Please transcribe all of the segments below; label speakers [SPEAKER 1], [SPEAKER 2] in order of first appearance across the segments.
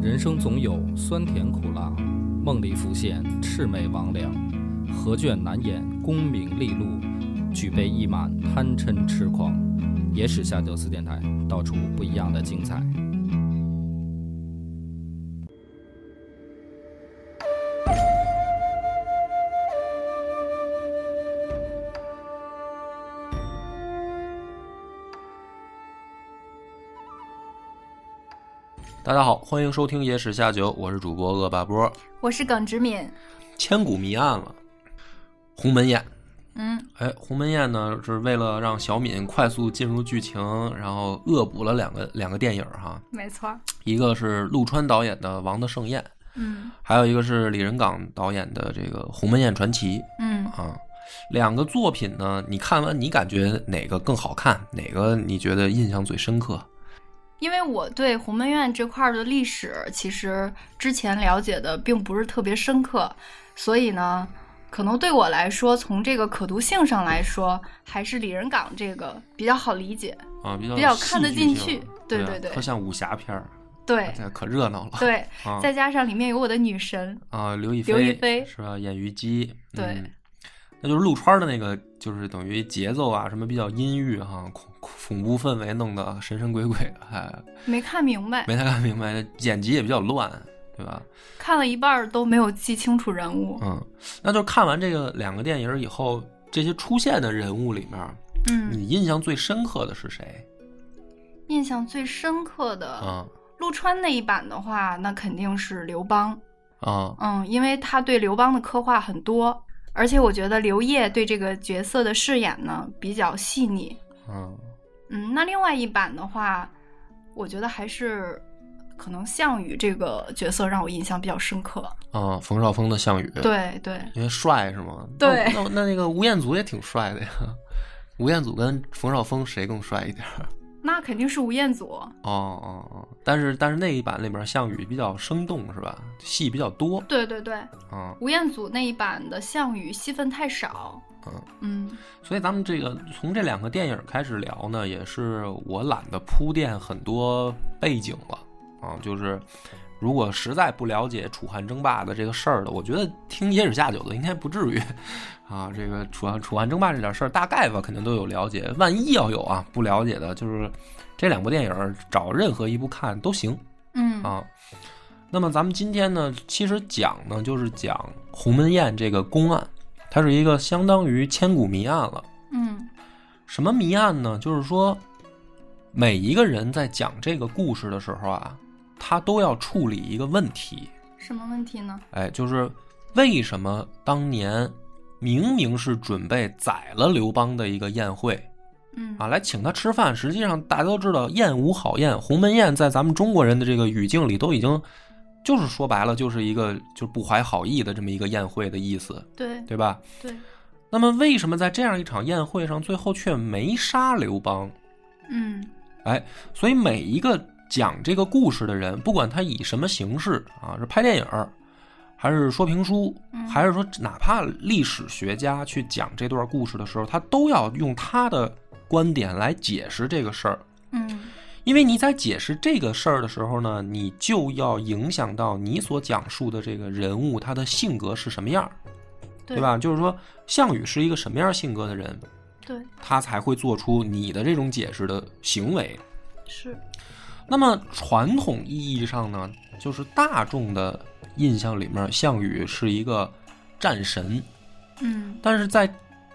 [SPEAKER 1] 人生总有酸甜苦辣，梦里浮现魑魅魍魉，何卷难掩功名利禄，举杯一满贪嗔痴狂。野史下酒四电台，道出不一样的精彩。
[SPEAKER 2] 大家好，欢迎收听《野史下酒》，我是主播恶霸波。
[SPEAKER 3] 我是耿直敏，
[SPEAKER 2] 千古谜案了，鸿门宴。
[SPEAKER 3] 嗯，
[SPEAKER 2] 哎，鸿门宴呢，是为了让小敏快速进入剧情，然后恶补了两个两个电影哈，
[SPEAKER 3] 没错儿，
[SPEAKER 2] 一个是陆川导演的《王的盛宴》，
[SPEAKER 3] 嗯
[SPEAKER 2] 还有一个是李仁港导演的这个《鸿门宴传奇
[SPEAKER 3] 嗯》，
[SPEAKER 2] 啊。两个作品呢，你看完你感觉哪个更好看？哪个你觉得印象最深刻？
[SPEAKER 3] 因为我对鸿门宴这块儿的历史其实之前了解的并不是特别深刻，所以呢，可能对我来说，从这个可读性上来说，还是李仁港这个比较好理解，
[SPEAKER 2] 啊，比较
[SPEAKER 3] 比较看得进
[SPEAKER 2] 戏剧性
[SPEAKER 3] 去对
[SPEAKER 2] 啊
[SPEAKER 3] 对对
[SPEAKER 2] 特像武侠片儿，
[SPEAKER 3] 对
[SPEAKER 2] 这可热闹了。
[SPEAKER 3] 对，
[SPEAKER 2] 啊，
[SPEAKER 3] 再加上里面有我的女神，
[SPEAKER 2] 啊，刘亦
[SPEAKER 3] 刘亦菲
[SPEAKER 2] 是吧？演虞姬，
[SPEAKER 3] 对
[SPEAKER 2] 嗯那就是陆川的那个，就是等于节奏啊，什么比较阴郁哈、恐恐怖氛围弄得神神鬼鬼的，还
[SPEAKER 3] 没看明白，
[SPEAKER 2] 没太看明白，剪辑也比较乱，对吧？
[SPEAKER 3] 看了一半儿都没有记清楚人物，
[SPEAKER 2] 嗯，那就是看完这个两个电影以后，这些出现的人物里面，
[SPEAKER 3] 嗯，
[SPEAKER 2] 你印象最深刻的是谁？
[SPEAKER 3] 印象最深刻的
[SPEAKER 2] 啊
[SPEAKER 3] 陆川那一版的话，那肯定是刘邦。
[SPEAKER 2] 啊
[SPEAKER 3] 嗯，因为他对刘邦的刻画很多，而且我觉得刘烨对这个角色的饰演呢比较细腻。
[SPEAKER 2] 嗯
[SPEAKER 3] 嗯，那另外一版的话，我觉得还是可能项羽这个角色让我印象比较深刻。
[SPEAKER 2] 啊！冯绍峰的项羽，，
[SPEAKER 3] 对对，
[SPEAKER 2] 因为帅是吗？
[SPEAKER 3] 对
[SPEAKER 2] 那我那那那个吴彦祖也挺帅的呀。吴彦祖跟冯绍峰谁更帅一点儿？
[SPEAKER 3] 那肯定是吴彦祖。
[SPEAKER 2] 哦哦哦，但是但是那一版里边项羽比较生动是吧？戏比较多
[SPEAKER 3] 对对对，
[SPEAKER 2] 啊、
[SPEAKER 3] 吴彦祖那一版的项羽戏份太少。
[SPEAKER 2] 嗯
[SPEAKER 3] 嗯
[SPEAKER 2] 所以咱们这个从这两个电影开始聊呢，也是我懒得铺垫很多背景了啊、就是如果实在不了解楚汉争霸的这个事儿的，我觉得听野史下酒的应该不至于啊。这个楚汉楚汉争霸这点事儿，大概吧肯定都有了解，万一要有啊不了解的，就是这两部电影找任何一部看都行。
[SPEAKER 3] 嗯
[SPEAKER 2] 啊。那么咱们今天呢，其实讲呢就是讲鸿门宴这个公案，它是一个相当于千古谜案了。
[SPEAKER 3] 嗯
[SPEAKER 2] 什么谜案呢？就是说，每一个人在讲这个故事的时候啊，他都要处理一个问题，
[SPEAKER 3] 什么问题呢？
[SPEAKER 2] 哎，就是为什么当年明明是准备宰了刘邦的一个宴会，
[SPEAKER 3] 嗯
[SPEAKER 2] 啊，来请他吃饭。实际上，大家都知道“宴无好宴”，鸿门宴在咱们中国人的这个语境里都已经，就是说白了，就是一个就不怀好意的这么一个宴会的意思，
[SPEAKER 3] 对
[SPEAKER 2] 对吧？
[SPEAKER 3] 对，
[SPEAKER 2] 那么，为什么在这样一场宴会上，最后却没杀刘邦？
[SPEAKER 3] 嗯
[SPEAKER 2] 所以，每一个讲这个故事的人，不管他以什么形式啊，是拍电影儿，还是说评书，
[SPEAKER 3] 嗯
[SPEAKER 2] 还是说哪怕历史学家去讲这段故事的时候，他都要用他的观点来解释这个事儿。
[SPEAKER 3] 嗯
[SPEAKER 2] 因为你在解释这个事儿的时候呢，你就要影响到你所讲述的这个人物他的性格是什么样儿，
[SPEAKER 3] 对
[SPEAKER 2] 对？吧？就是说，项羽是一个什么样性格的人，
[SPEAKER 3] 对，
[SPEAKER 2] 他才会做出你的这种解释的行为。
[SPEAKER 3] 是
[SPEAKER 2] 那么传统意义上呢，就是大众的印象里面，项羽是一个战神，
[SPEAKER 3] 嗯
[SPEAKER 2] 但是在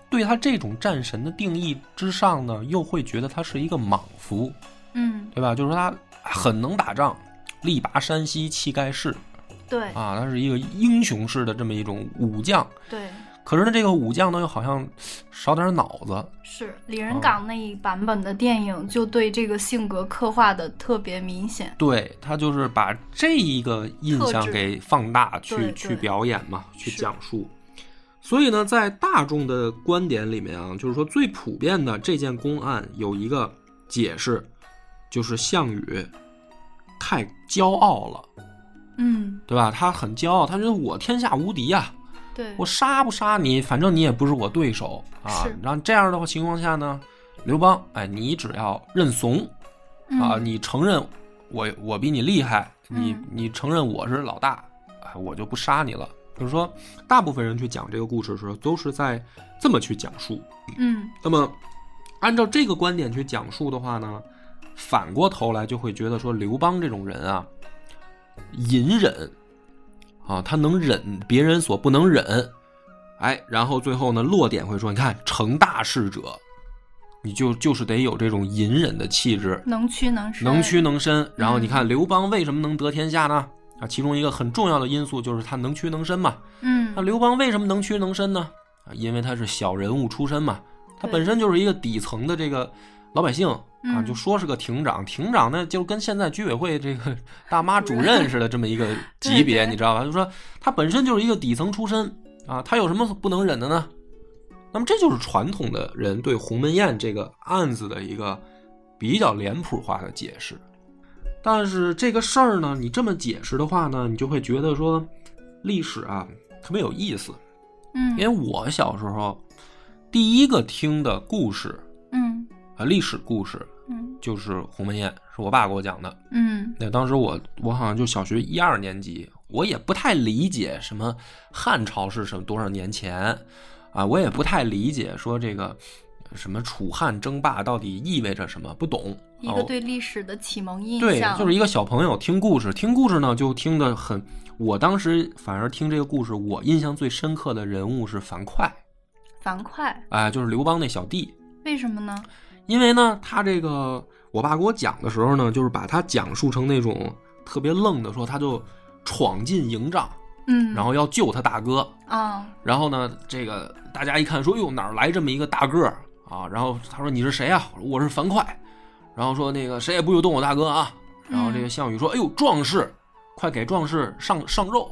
[SPEAKER 2] 对他这种战神的定义之上呢，又会觉得他是一个莽夫，
[SPEAKER 3] 嗯
[SPEAKER 2] 对吧？就是说他很能打仗，力拔山兮气盖世
[SPEAKER 3] 对
[SPEAKER 2] 啊，他是一个英雄式的这么一种武将。
[SPEAKER 3] 对。
[SPEAKER 2] 可是呢，这个武将呢又好像少点脑子，
[SPEAKER 3] 是李
[SPEAKER 2] 哦
[SPEAKER 3] 仁港那一版本的电影，就对这个性格刻画的特别明显。
[SPEAKER 2] 对他就是把这一个印
[SPEAKER 3] 特
[SPEAKER 2] 象
[SPEAKER 3] 质
[SPEAKER 2] 给放大去
[SPEAKER 3] 对
[SPEAKER 2] 去
[SPEAKER 3] 对
[SPEAKER 2] 表演嘛，去
[SPEAKER 3] 是
[SPEAKER 2] 讲述。所以呢，在大众的观点里面啊，就是说最普遍的这件公案有一个解释，就是项羽太骄傲了，
[SPEAKER 3] 嗯，
[SPEAKER 2] 对吧？他很骄傲，他觉得我天下无敌啊呀、
[SPEAKER 3] 对
[SPEAKER 2] 我，杀不杀你，反正你也不是我对手啊
[SPEAKER 3] 是。
[SPEAKER 2] 然后这样的话情况下呢，刘邦，哎，你只要认怂啊，
[SPEAKER 3] 嗯
[SPEAKER 2] 你承认我我比你厉害，你
[SPEAKER 3] 嗯
[SPEAKER 2] 你承认我是老大，哎，我就不杀你了。就是说，大部分人去讲这个故事的时候，都是在这么去讲述。
[SPEAKER 3] 嗯
[SPEAKER 2] 那么，按照这个观点去讲述的话呢，反过头来就会觉得说刘邦这种人啊，隐忍啊，他能忍别人所不能忍，哎，然后最后呢，落点会说，你看成大事者，你就就是得有这种隐忍的气质，
[SPEAKER 3] 能屈能伸，
[SPEAKER 2] 能屈能伸。然后你看刘邦为什么能得天下呢？啊，其中一个很重要的因素就是他能屈能伸嘛。
[SPEAKER 3] 嗯
[SPEAKER 2] 那刘邦为什么能屈能伸呢？啊，因为他是小人物出身嘛，他
[SPEAKER 3] 对
[SPEAKER 2] 本身就是一个底层的这个老百姓啊，
[SPEAKER 3] 嗯
[SPEAKER 2] 就说是个亭长，亭长呢就跟现在居委会这个 大妈主任似的，这么一个级别，
[SPEAKER 3] 对对
[SPEAKER 2] 你知道吧？就说他本身就是一个底层出身啊，他有什么不能忍的呢？那么这就是传统的人对鸿门宴这个案子的一个比较脸谱化的解释。但是这个事儿呢，你这么解释的话呢，你就会觉得说，历史啊特别有意思。
[SPEAKER 3] 嗯，
[SPEAKER 2] 因为我小时候第一个听的故事
[SPEAKER 3] 嗯
[SPEAKER 2] 啊，历史故事
[SPEAKER 3] 嗯
[SPEAKER 2] 就是鸿门宴，是我爸给我讲的。
[SPEAKER 3] 嗯
[SPEAKER 2] 那当时我我好像就小学一二年级，我也不太理解什么汉朝是什么多少年前啊，我也不太理解说这个什么楚汉争霸到底意味着什么，不懂。
[SPEAKER 3] 一
[SPEAKER 2] 啊
[SPEAKER 3] 个对历史的启蒙印
[SPEAKER 2] 对
[SPEAKER 3] 象，，
[SPEAKER 2] 就是一个小朋友听故事，听故事呢就听得很。我当时反而听这个故事，我印象最深刻的人物是樊哙，
[SPEAKER 3] 樊哙，
[SPEAKER 2] 哎、就是刘邦那小弟。
[SPEAKER 3] 为什么呢？
[SPEAKER 2] 因为呢，他这个我爸给我讲的时候呢，就是把他讲述成那种特别愣的，说他就闯进营帐，
[SPEAKER 3] 嗯，
[SPEAKER 2] 然后要救他大哥。
[SPEAKER 3] 啊，
[SPEAKER 2] 然后呢，这个大家一看说，哟，哪儿来这么一个大个儿啊？然后他说你是谁啊？我说我是樊哙。然后说那个谁也不许动我大哥啊。然后这个项羽说，哎呦，壮士，快给壮士上上肉。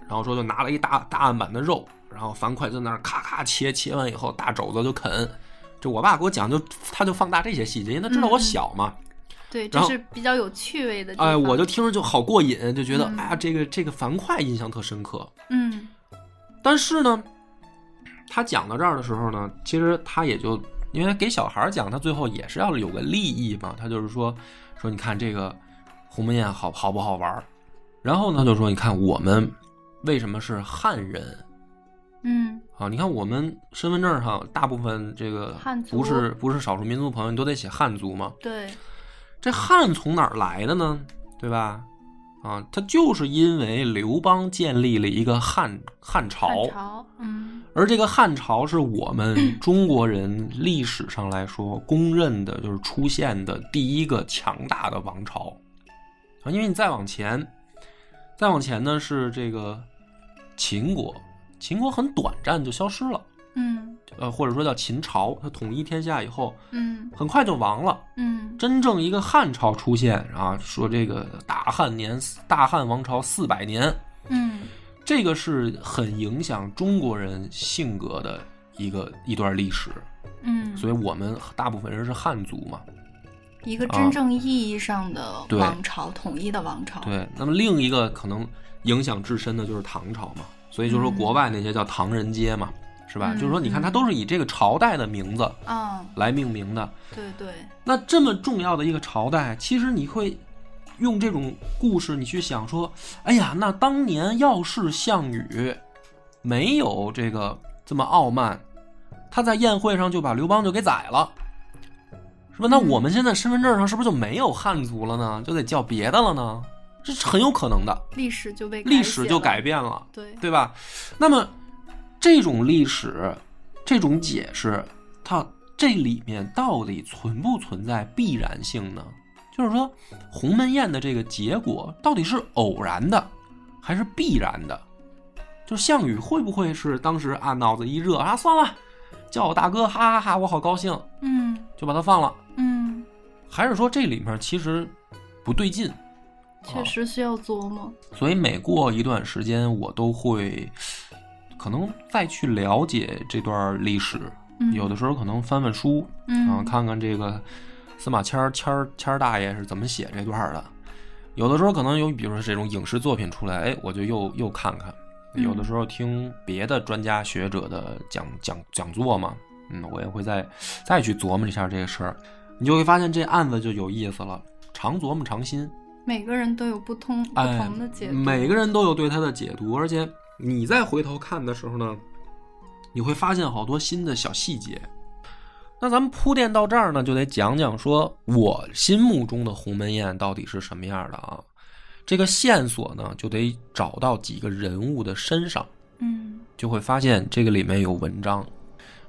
[SPEAKER 2] 然后说就拿了一大大案板的肉，然后樊哙在那儿咔咔切，切完以后大肘子就啃。这我爸给我讲就，他就放大这些细节，因为他知道我
[SPEAKER 3] 嗯嗯
[SPEAKER 2] 小嘛。
[SPEAKER 3] 对，这
[SPEAKER 2] 然后
[SPEAKER 3] 是比较有趣味的地方。
[SPEAKER 2] 哎，我就听着就好过瘾，就觉得、
[SPEAKER 3] 嗯
[SPEAKER 2] 啊，这个这个樊哙印象特深刻。
[SPEAKER 3] 嗯
[SPEAKER 2] 但是呢，他讲到这儿的时候呢，其实他也就因为给小孩儿讲，他最后也是要有个利益嘛。他就是说，说你看这个鸿门宴好好不好玩儿？然后呢，就说你看我们为什么是汉人
[SPEAKER 3] 嗯
[SPEAKER 2] 啊？你看我们身份证上大部分这个
[SPEAKER 3] 汉族
[SPEAKER 2] 不是不是少数民族朋友，你都得写汉族嘛。
[SPEAKER 3] 对，
[SPEAKER 2] 这汉从哪儿来的呢？对吧？啊，他就是因为刘邦建立了一个汉汉朝，
[SPEAKER 3] 汉朝，嗯
[SPEAKER 2] 而这个汉朝是我们中国人历史上来说公认的，就是出现的第一个强大的王朝啊。因为你再往前，再往前呢是这个秦国，秦国很短暂就消失了，
[SPEAKER 3] 嗯
[SPEAKER 2] 呃，或者说叫秦朝，它统一天下以后，
[SPEAKER 3] 嗯
[SPEAKER 2] 很快就亡了。
[SPEAKER 3] 嗯
[SPEAKER 2] 真正一个汉朝出现啊，说这个大汉年，大汉王朝四百年，
[SPEAKER 3] 嗯
[SPEAKER 2] 这个是很影响中国人性格的一个一段历史，
[SPEAKER 3] 嗯，
[SPEAKER 2] 所以我们大部分人是汉族嘛。
[SPEAKER 3] 一个
[SPEAKER 2] 啊
[SPEAKER 3] 真正意义上的
[SPEAKER 2] 对
[SPEAKER 3] 王朝，统一的王朝。
[SPEAKER 2] 对，那么另一个可能影响至深的就是唐朝嘛，所以就说
[SPEAKER 3] 嗯
[SPEAKER 2] 国外那些叫唐人街嘛，是吧？
[SPEAKER 3] 嗯
[SPEAKER 2] 就是说，你看它都是以这个朝代的名字
[SPEAKER 3] 啊，
[SPEAKER 2] 来命名的。
[SPEAKER 3] 对对，
[SPEAKER 2] 那这么重要的一个朝代，其实你会用这种故事，你去想说，哎呀，那当年要是项羽没有这个这么傲慢，他在宴会上就把刘邦就给宰了，是吧？那
[SPEAKER 3] 嗯
[SPEAKER 2] 我们现在身份证上是不是就没有汉族了呢？就得叫别的了呢？这是很有可能的，
[SPEAKER 3] 历史就被
[SPEAKER 2] 历史就改
[SPEAKER 3] 变。
[SPEAKER 2] 变了。
[SPEAKER 3] 对，
[SPEAKER 2] 对吧？那么这种历史，这种解释，它这里面到底存不存在必然性呢？就是说，鸿门宴的这个结果到底是偶然的，还是必然的？就项羽会不会是当时啊脑子一热啊算了，叫我大哥哈哈哈我好高兴，
[SPEAKER 3] 嗯
[SPEAKER 2] 就把他放了？
[SPEAKER 3] 嗯，
[SPEAKER 2] 还是说这里面其实不对劲？
[SPEAKER 3] 确实需要琢磨。
[SPEAKER 2] 所以每过一段时间，我都会可能再去了解这段历史，
[SPEAKER 3] 嗯，
[SPEAKER 2] 有的时候可能翻翻书，然后
[SPEAKER 3] 嗯，
[SPEAKER 2] 看看这个司马迁儿谦儿谦儿大爷是怎么写这段儿的。有的时候可能有，比如说这种影视作品出来，哎，我就又又看看。
[SPEAKER 3] 嗯
[SPEAKER 2] 有的时候听别的专家学者的讲讲讲座嘛，嗯，我也会再再去琢磨一下这个事儿，你就会发现这案子就有意思了，常琢磨常新。
[SPEAKER 3] 每个人都有不同不
[SPEAKER 2] 哎
[SPEAKER 3] 同的解读，
[SPEAKER 2] 每个人都有对他的解读，而且你再回头看的时候呢，你会发现好多新的小细节。那咱们铺垫到这儿呢，就得讲讲说我心目中的鸿门宴到底是什么样的啊？这个线索呢，就得找到几个人物的身上，
[SPEAKER 3] 嗯
[SPEAKER 2] 就会发现这个里面有文章。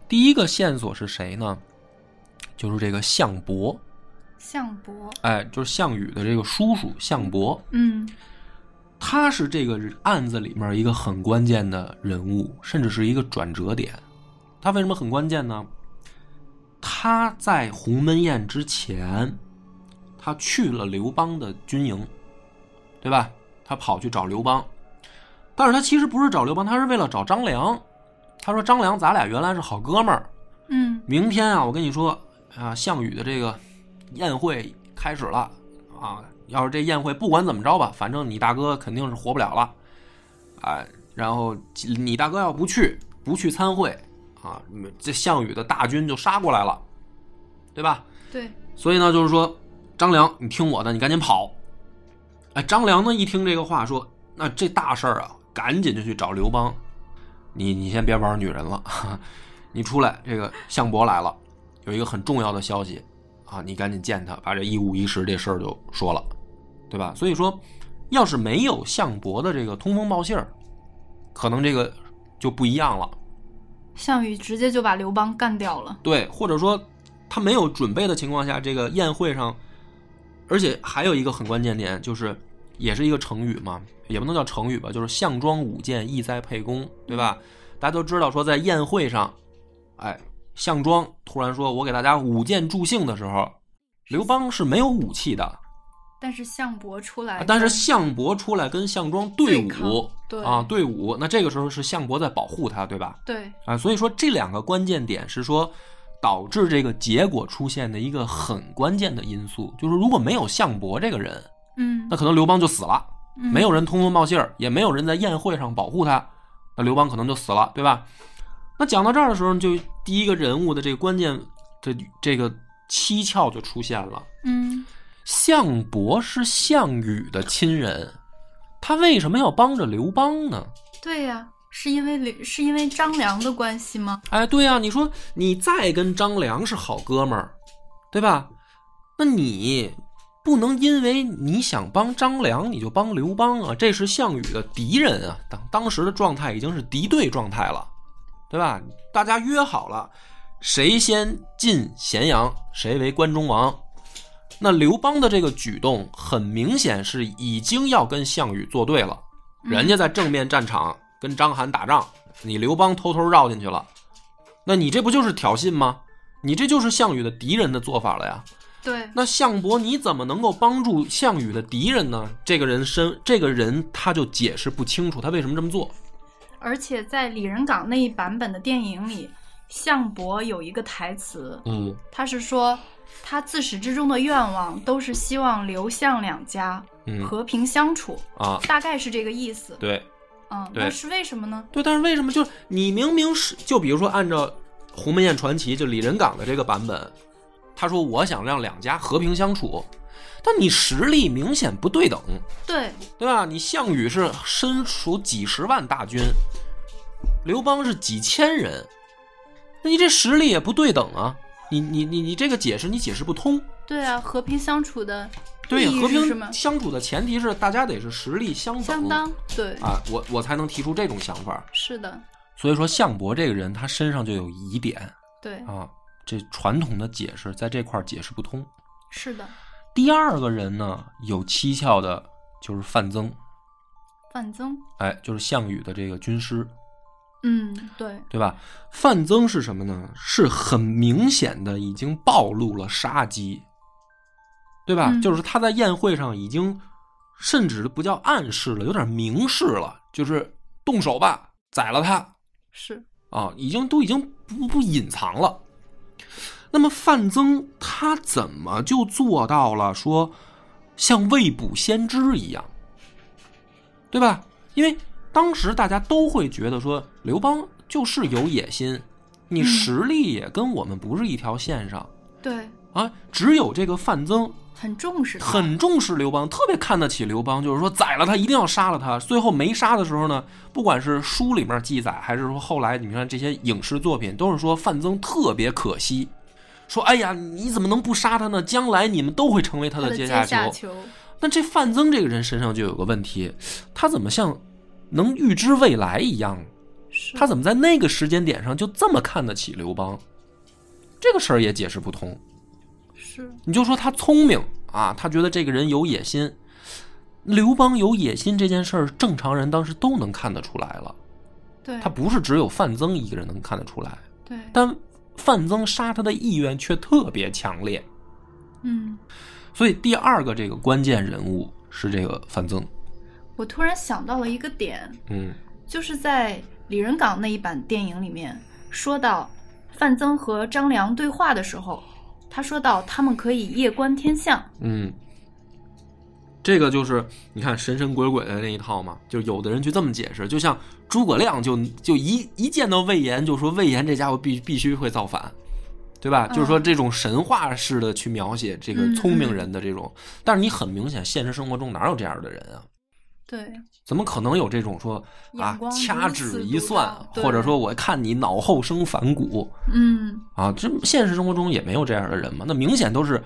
[SPEAKER 2] 第一个线索是谁呢？就是这个项伯，
[SPEAKER 3] 项伯，
[SPEAKER 2] 哎，就是项羽的这个叔叔项伯。
[SPEAKER 3] 嗯
[SPEAKER 2] 他是这个案子里面一个很关键的人物，甚至是一个转折点。他为什么很关键呢？他在鸿门宴之前，他去了刘邦的军营，对吧？他跑去找刘邦，但是他其实不是找刘邦，他是为了找张良。他说：“张良，咱俩原来是好哥们儿，
[SPEAKER 3] 嗯
[SPEAKER 2] 明天啊，我跟你说啊，项羽的这个宴会开始了啊。要是这宴会不管怎么着吧，反正你大哥肯定是活不了了，啊。然后你大哥要不去，不去参会啊，这项羽的大军就杀过来了，对吧？
[SPEAKER 3] 对，
[SPEAKER 2] 所以呢，就是说，张良，你听我的，你赶紧跑。哎，张良呢一听这个话，说：“那这大事儿啊，赶紧就去找刘邦。你你先别玩女人了， 你出来，这个项伯来了，有一个很重要的消息啊，你赶紧见他，把这一五一十这事儿就说了，对吧？所以说，要是没有项伯的这个通风报信儿，可能这个就不一样了。
[SPEAKER 3] 项羽直接就把刘邦干掉了，
[SPEAKER 2] 对，或者说他没有准备的情况下，这个宴会上，而且还有一个很关键点，就是也是一个成语嘛，也不能叫成语吧，就是项庄舞剑，意在沛公，对吧？大家都知道说在宴会上，哎，项庄突然说我给大家舞剑助兴的时候，刘邦是没有武器的，
[SPEAKER 3] 但是项伯出来
[SPEAKER 2] 啊
[SPEAKER 3] 跟，
[SPEAKER 2] 但是项伯出来跟项庄对
[SPEAKER 3] 对抗
[SPEAKER 2] 舞，
[SPEAKER 3] 对
[SPEAKER 2] 啊，对舞，那这个时候是项伯在保护他，对吧？
[SPEAKER 3] 对
[SPEAKER 2] 啊，所以说这两个关键点是说导致这个结果出现的一个很关键的因素，就是如果没有项伯这个人，
[SPEAKER 3] 嗯
[SPEAKER 2] 那可能刘邦就死了，
[SPEAKER 3] 嗯
[SPEAKER 2] 没有人通风报信儿，也没有人在宴会上保护他，那刘邦可能就死了，对吧？那讲到这儿的时候，就第一个人物的这个关键这这个蹊跷就出现了。
[SPEAKER 3] 嗯
[SPEAKER 2] 项伯是项羽的亲人，他为什么要帮着刘邦呢？
[SPEAKER 3] 对呀、是因为刘是因为张良的关系吗？
[SPEAKER 2] 哎，对呀、你说你再跟张良是好哥们儿，对吧？那你不能因为你想帮张良，你就帮刘邦啊，这是项羽的敌人啊，当当时的状态已经是敌对状态了，对吧？大家约好了，谁先进咸阳，谁为关中王。那刘邦的这个举动，很明显是已经要跟项羽作对了。人家在正面战场跟章邯打仗，你刘邦偷偷绕进去了，那你这不就是挑衅吗？你这就是项羽的敌人的做法了呀。
[SPEAKER 3] 对，
[SPEAKER 2] 那项伯你怎么能够帮助项羽的敌人呢？这个人身，这个人他就解释不清楚他为什么这么做。
[SPEAKER 3] 而且在李仁港那一版本的电影里，项伯有一个台词，
[SPEAKER 2] 嗯，
[SPEAKER 3] 他是说他自始至终的愿望都是希望刘项两家
[SPEAKER 2] 嗯
[SPEAKER 3] 和平相处，
[SPEAKER 2] 啊，
[SPEAKER 3] 大概是这个意思。
[SPEAKER 2] 对
[SPEAKER 3] 嗯，
[SPEAKER 2] 对
[SPEAKER 3] 那是为什么呢？
[SPEAKER 2] 对，但是为什么就是你明明是就比如说按照《鸿门宴传奇》就李仁港的这个版本，他说我想让两家和平相处，但你实力明显不对等。
[SPEAKER 3] 对，
[SPEAKER 2] 对吧？你项羽是身属几十万大军，刘邦是几千人，那你这实力也不对等啊！你你你你这个解释你解释不通。
[SPEAKER 3] 对啊，和平相处的
[SPEAKER 2] 对，
[SPEAKER 3] 意义
[SPEAKER 2] 和
[SPEAKER 3] 是什么
[SPEAKER 2] 平相处的前提是大家得是实力相等
[SPEAKER 3] 相当对，
[SPEAKER 2] 啊，我我才能提出这种想法。
[SPEAKER 3] 是的，
[SPEAKER 2] 所以说，项伯这个人他身上就有疑点
[SPEAKER 3] 对，
[SPEAKER 2] 啊，这传统的解释在这块儿解释不通。
[SPEAKER 3] 是的。
[SPEAKER 2] 第二个人呢，有蹊跷的就是范增，
[SPEAKER 3] 范增，
[SPEAKER 2] 哎，就是项羽的这个军师。
[SPEAKER 3] 嗯，对，
[SPEAKER 2] 对吧？范增是什么呢？是很明显的已经暴露了杀机，对吧？
[SPEAKER 3] 嗯
[SPEAKER 2] 就是他在宴会上已经，甚至不叫暗示了，有点明示了，就是动手吧，宰了他
[SPEAKER 3] 是，
[SPEAKER 2] 啊！已经都已经不不隐藏了。那么范增他怎么就做到了说像未卜先知一样，对吧？因为当时大家都会觉得说刘邦就是有野心，你
[SPEAKER 3] 嗯
[SPEAKER 2] 实力也跟我们不是一条线上
[SPEAKER 3] 对，
[SPEAKER 2] 啊。只有这个范增，
[SPEAKER 3] 很重视他，
[SPEAKER 2] 很重视刘邦，特别看得起刘邦，就是说宰了他一定要杀了他。最后没杀的时候呢，不管是书里面记载，还是说后来你看这些影视作品，都是说范增特别可惜，说哎呀，你怎么能不杀他呢？将来你们都会成为他
[SPEAKER 3] 他
[SPEAKER 2] 的
[SPEAKER 3] 阶
[SPEAKER 2] 阶下囚。
[SPEAKER 3] 囚。
[SPEAKER 2] 那这范增这个人身上就有个问题，他怎么像能预知未来一样？
[SPEAKER 3] 是
[SPEAKER 2] 他怎么在那个时间点上就这么看得起刘邦？这个事儿也解释不通。
[SPEAKER 3] 是
[SPEAKER 2] 你就说他聪明啊，他觉得这个人有野心。刘邦有野心这件事儿，正常人当时都能看得出来了，
[SPEAKER 3] 对
[SPEAKER 2] 他不是只有范增一个人能看得出来，
[SPEAKER 3] 对，
[SPEAKER 2] 但范增杀他的意愿却特别强烈。
[SPEAKER 3] 嗯，
[SPEAKER 2] 所以第二个这个关键人物是这个范增，
[SPEAKER 3] 我突然想到了一个点，
[SPEAKER 2] 嗯
[SPEAKER 3] 就是在李仁港那一版电影里面说到范增和张良对话的时候，他说到他们可以夜观天象，
[SPEAKER 2] 嗯，这个就是你看神神鬼鬼的那一套嘛，就有的人就这么解释，就像诸葛亮就就一一见到魏延就说魏延这家伙必必须会造反，对吧？
[SPEAKER 3] 嗯
[SPEAKER 2] 就是说这种神话式的去描写这个
[SPEAKER 3] 嗯
[SPEAKER 2] 聪明人的这种，但是你很明显现实生活中哪有这样的人啊？
[SPEAKER 3] 对，
[SPEAKER 2] 怎么可能有这种说啊
[SPEAKER 3] 眼光
[SPEAKER 2] 掐
[SPEAKER 3] 如此
[SPEAKER 2] 指一
[SPEAKER 3] 独
[SPEAKER 2] 算
[SPEAKER 3] 到，对
[SPEAKER 2] 或者说我看你脑后生反骨，
[SPEAKER 3] 嗯，
[SPEAKER 2] 啊，这现实生活中也没有这样的人嘛。那明显都是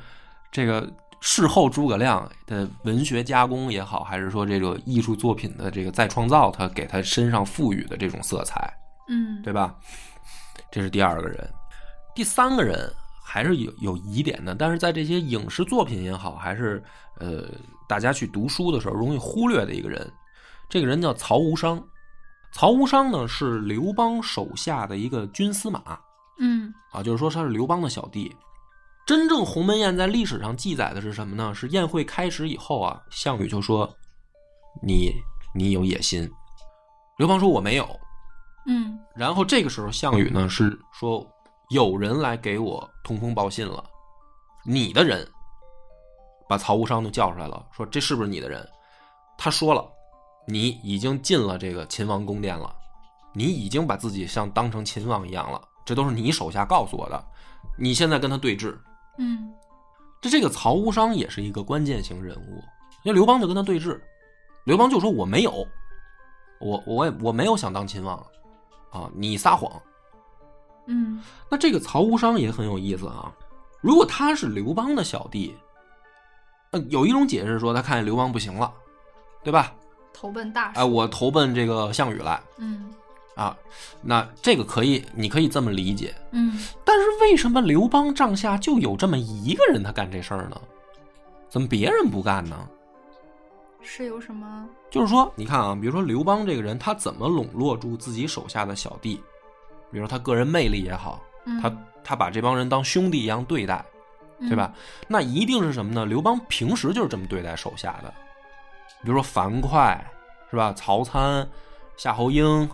[SPEAKER 2] 这个事后诸葛亮的文学加工也好，还是说这个艺术作品的这个再创造，他给他身上赋予的这种色彩，
[SPEAKER 3] 嗯，
[SPEAKER 2] 对吧？这是第二个人，第三个人还是有有疑点的，但是在这些影视作品也好，还是呃大家去读书的时候容易忽略的一个人，这个人叫曹无伤。曹无伤呢是刘邦手下的一个军司马，
[SPEAKER 3] 嗯，
[SPEAKER 2] 啊，就是说他是刘邦的小弟。真正鸿门宴在历史上记载的是什么呢？是宴会开始以后啊，项羽就说：“你你有野心。”刘邦说：“我没有。
[SPEAKER 3] 嗯，”
[SPEAKER 2] 然后这个时候，项羽呢是说：“有人来给我通风报信了，你的人。”把曹无伤就叫出来了，说：“这是不是你的人？”他说了：“你已经进了这个秦王宫殿了，你已经把自己像当成秦王一样了，这都是你手下告诉我的。你现在跟他对峙，
[SPEAKER 3] 嗯，
[SPEAKER 2] 这这个曹无伤也是一个关键型人物，因为刘邦就跟他对峙，刘邦就说我没有，我我也我没有想当秦王啊，你撒谎。
[SPEAKER 3] 嗯，
[SPEAKER 2] 那这个曹无伤也很有意思啊，如果他是刘邦的小弟，呃，有一种解释说他看见刘邦不行了，对吧？
[SPEAKER 3] 投奔大
[SPEAKER 2] 哎，我投奔这个项羽来
[SPEAKER 3] 嗯
[SPEAKER 2] 啊，那这个可以，你可以这么理解。
[SPEAKER 3] 嗯，
[SPEAKER 2] 但是为什么刘邦帐下就有这么一个人他干这事儿呢？怎么别人不干呢？
[SPEAKER 3] 是有什么？
[SPEAKER 2] 就是说，你看啊，比如说刘邦这个人，他怎么笼络住自己手下的小弟？比如说他个人魅力也好，
[SPEAKER 3] 嗯、
[SPEAKER 2] 他他把这帮人当兄弟一样对待，
[SPEAKER 3] 嗯
[SPEAKER 2] 对吧？？那一定是什么呢？刘邦平时就是这么对待手下的，比如说樊哙是吧？曹参、夏侯婴、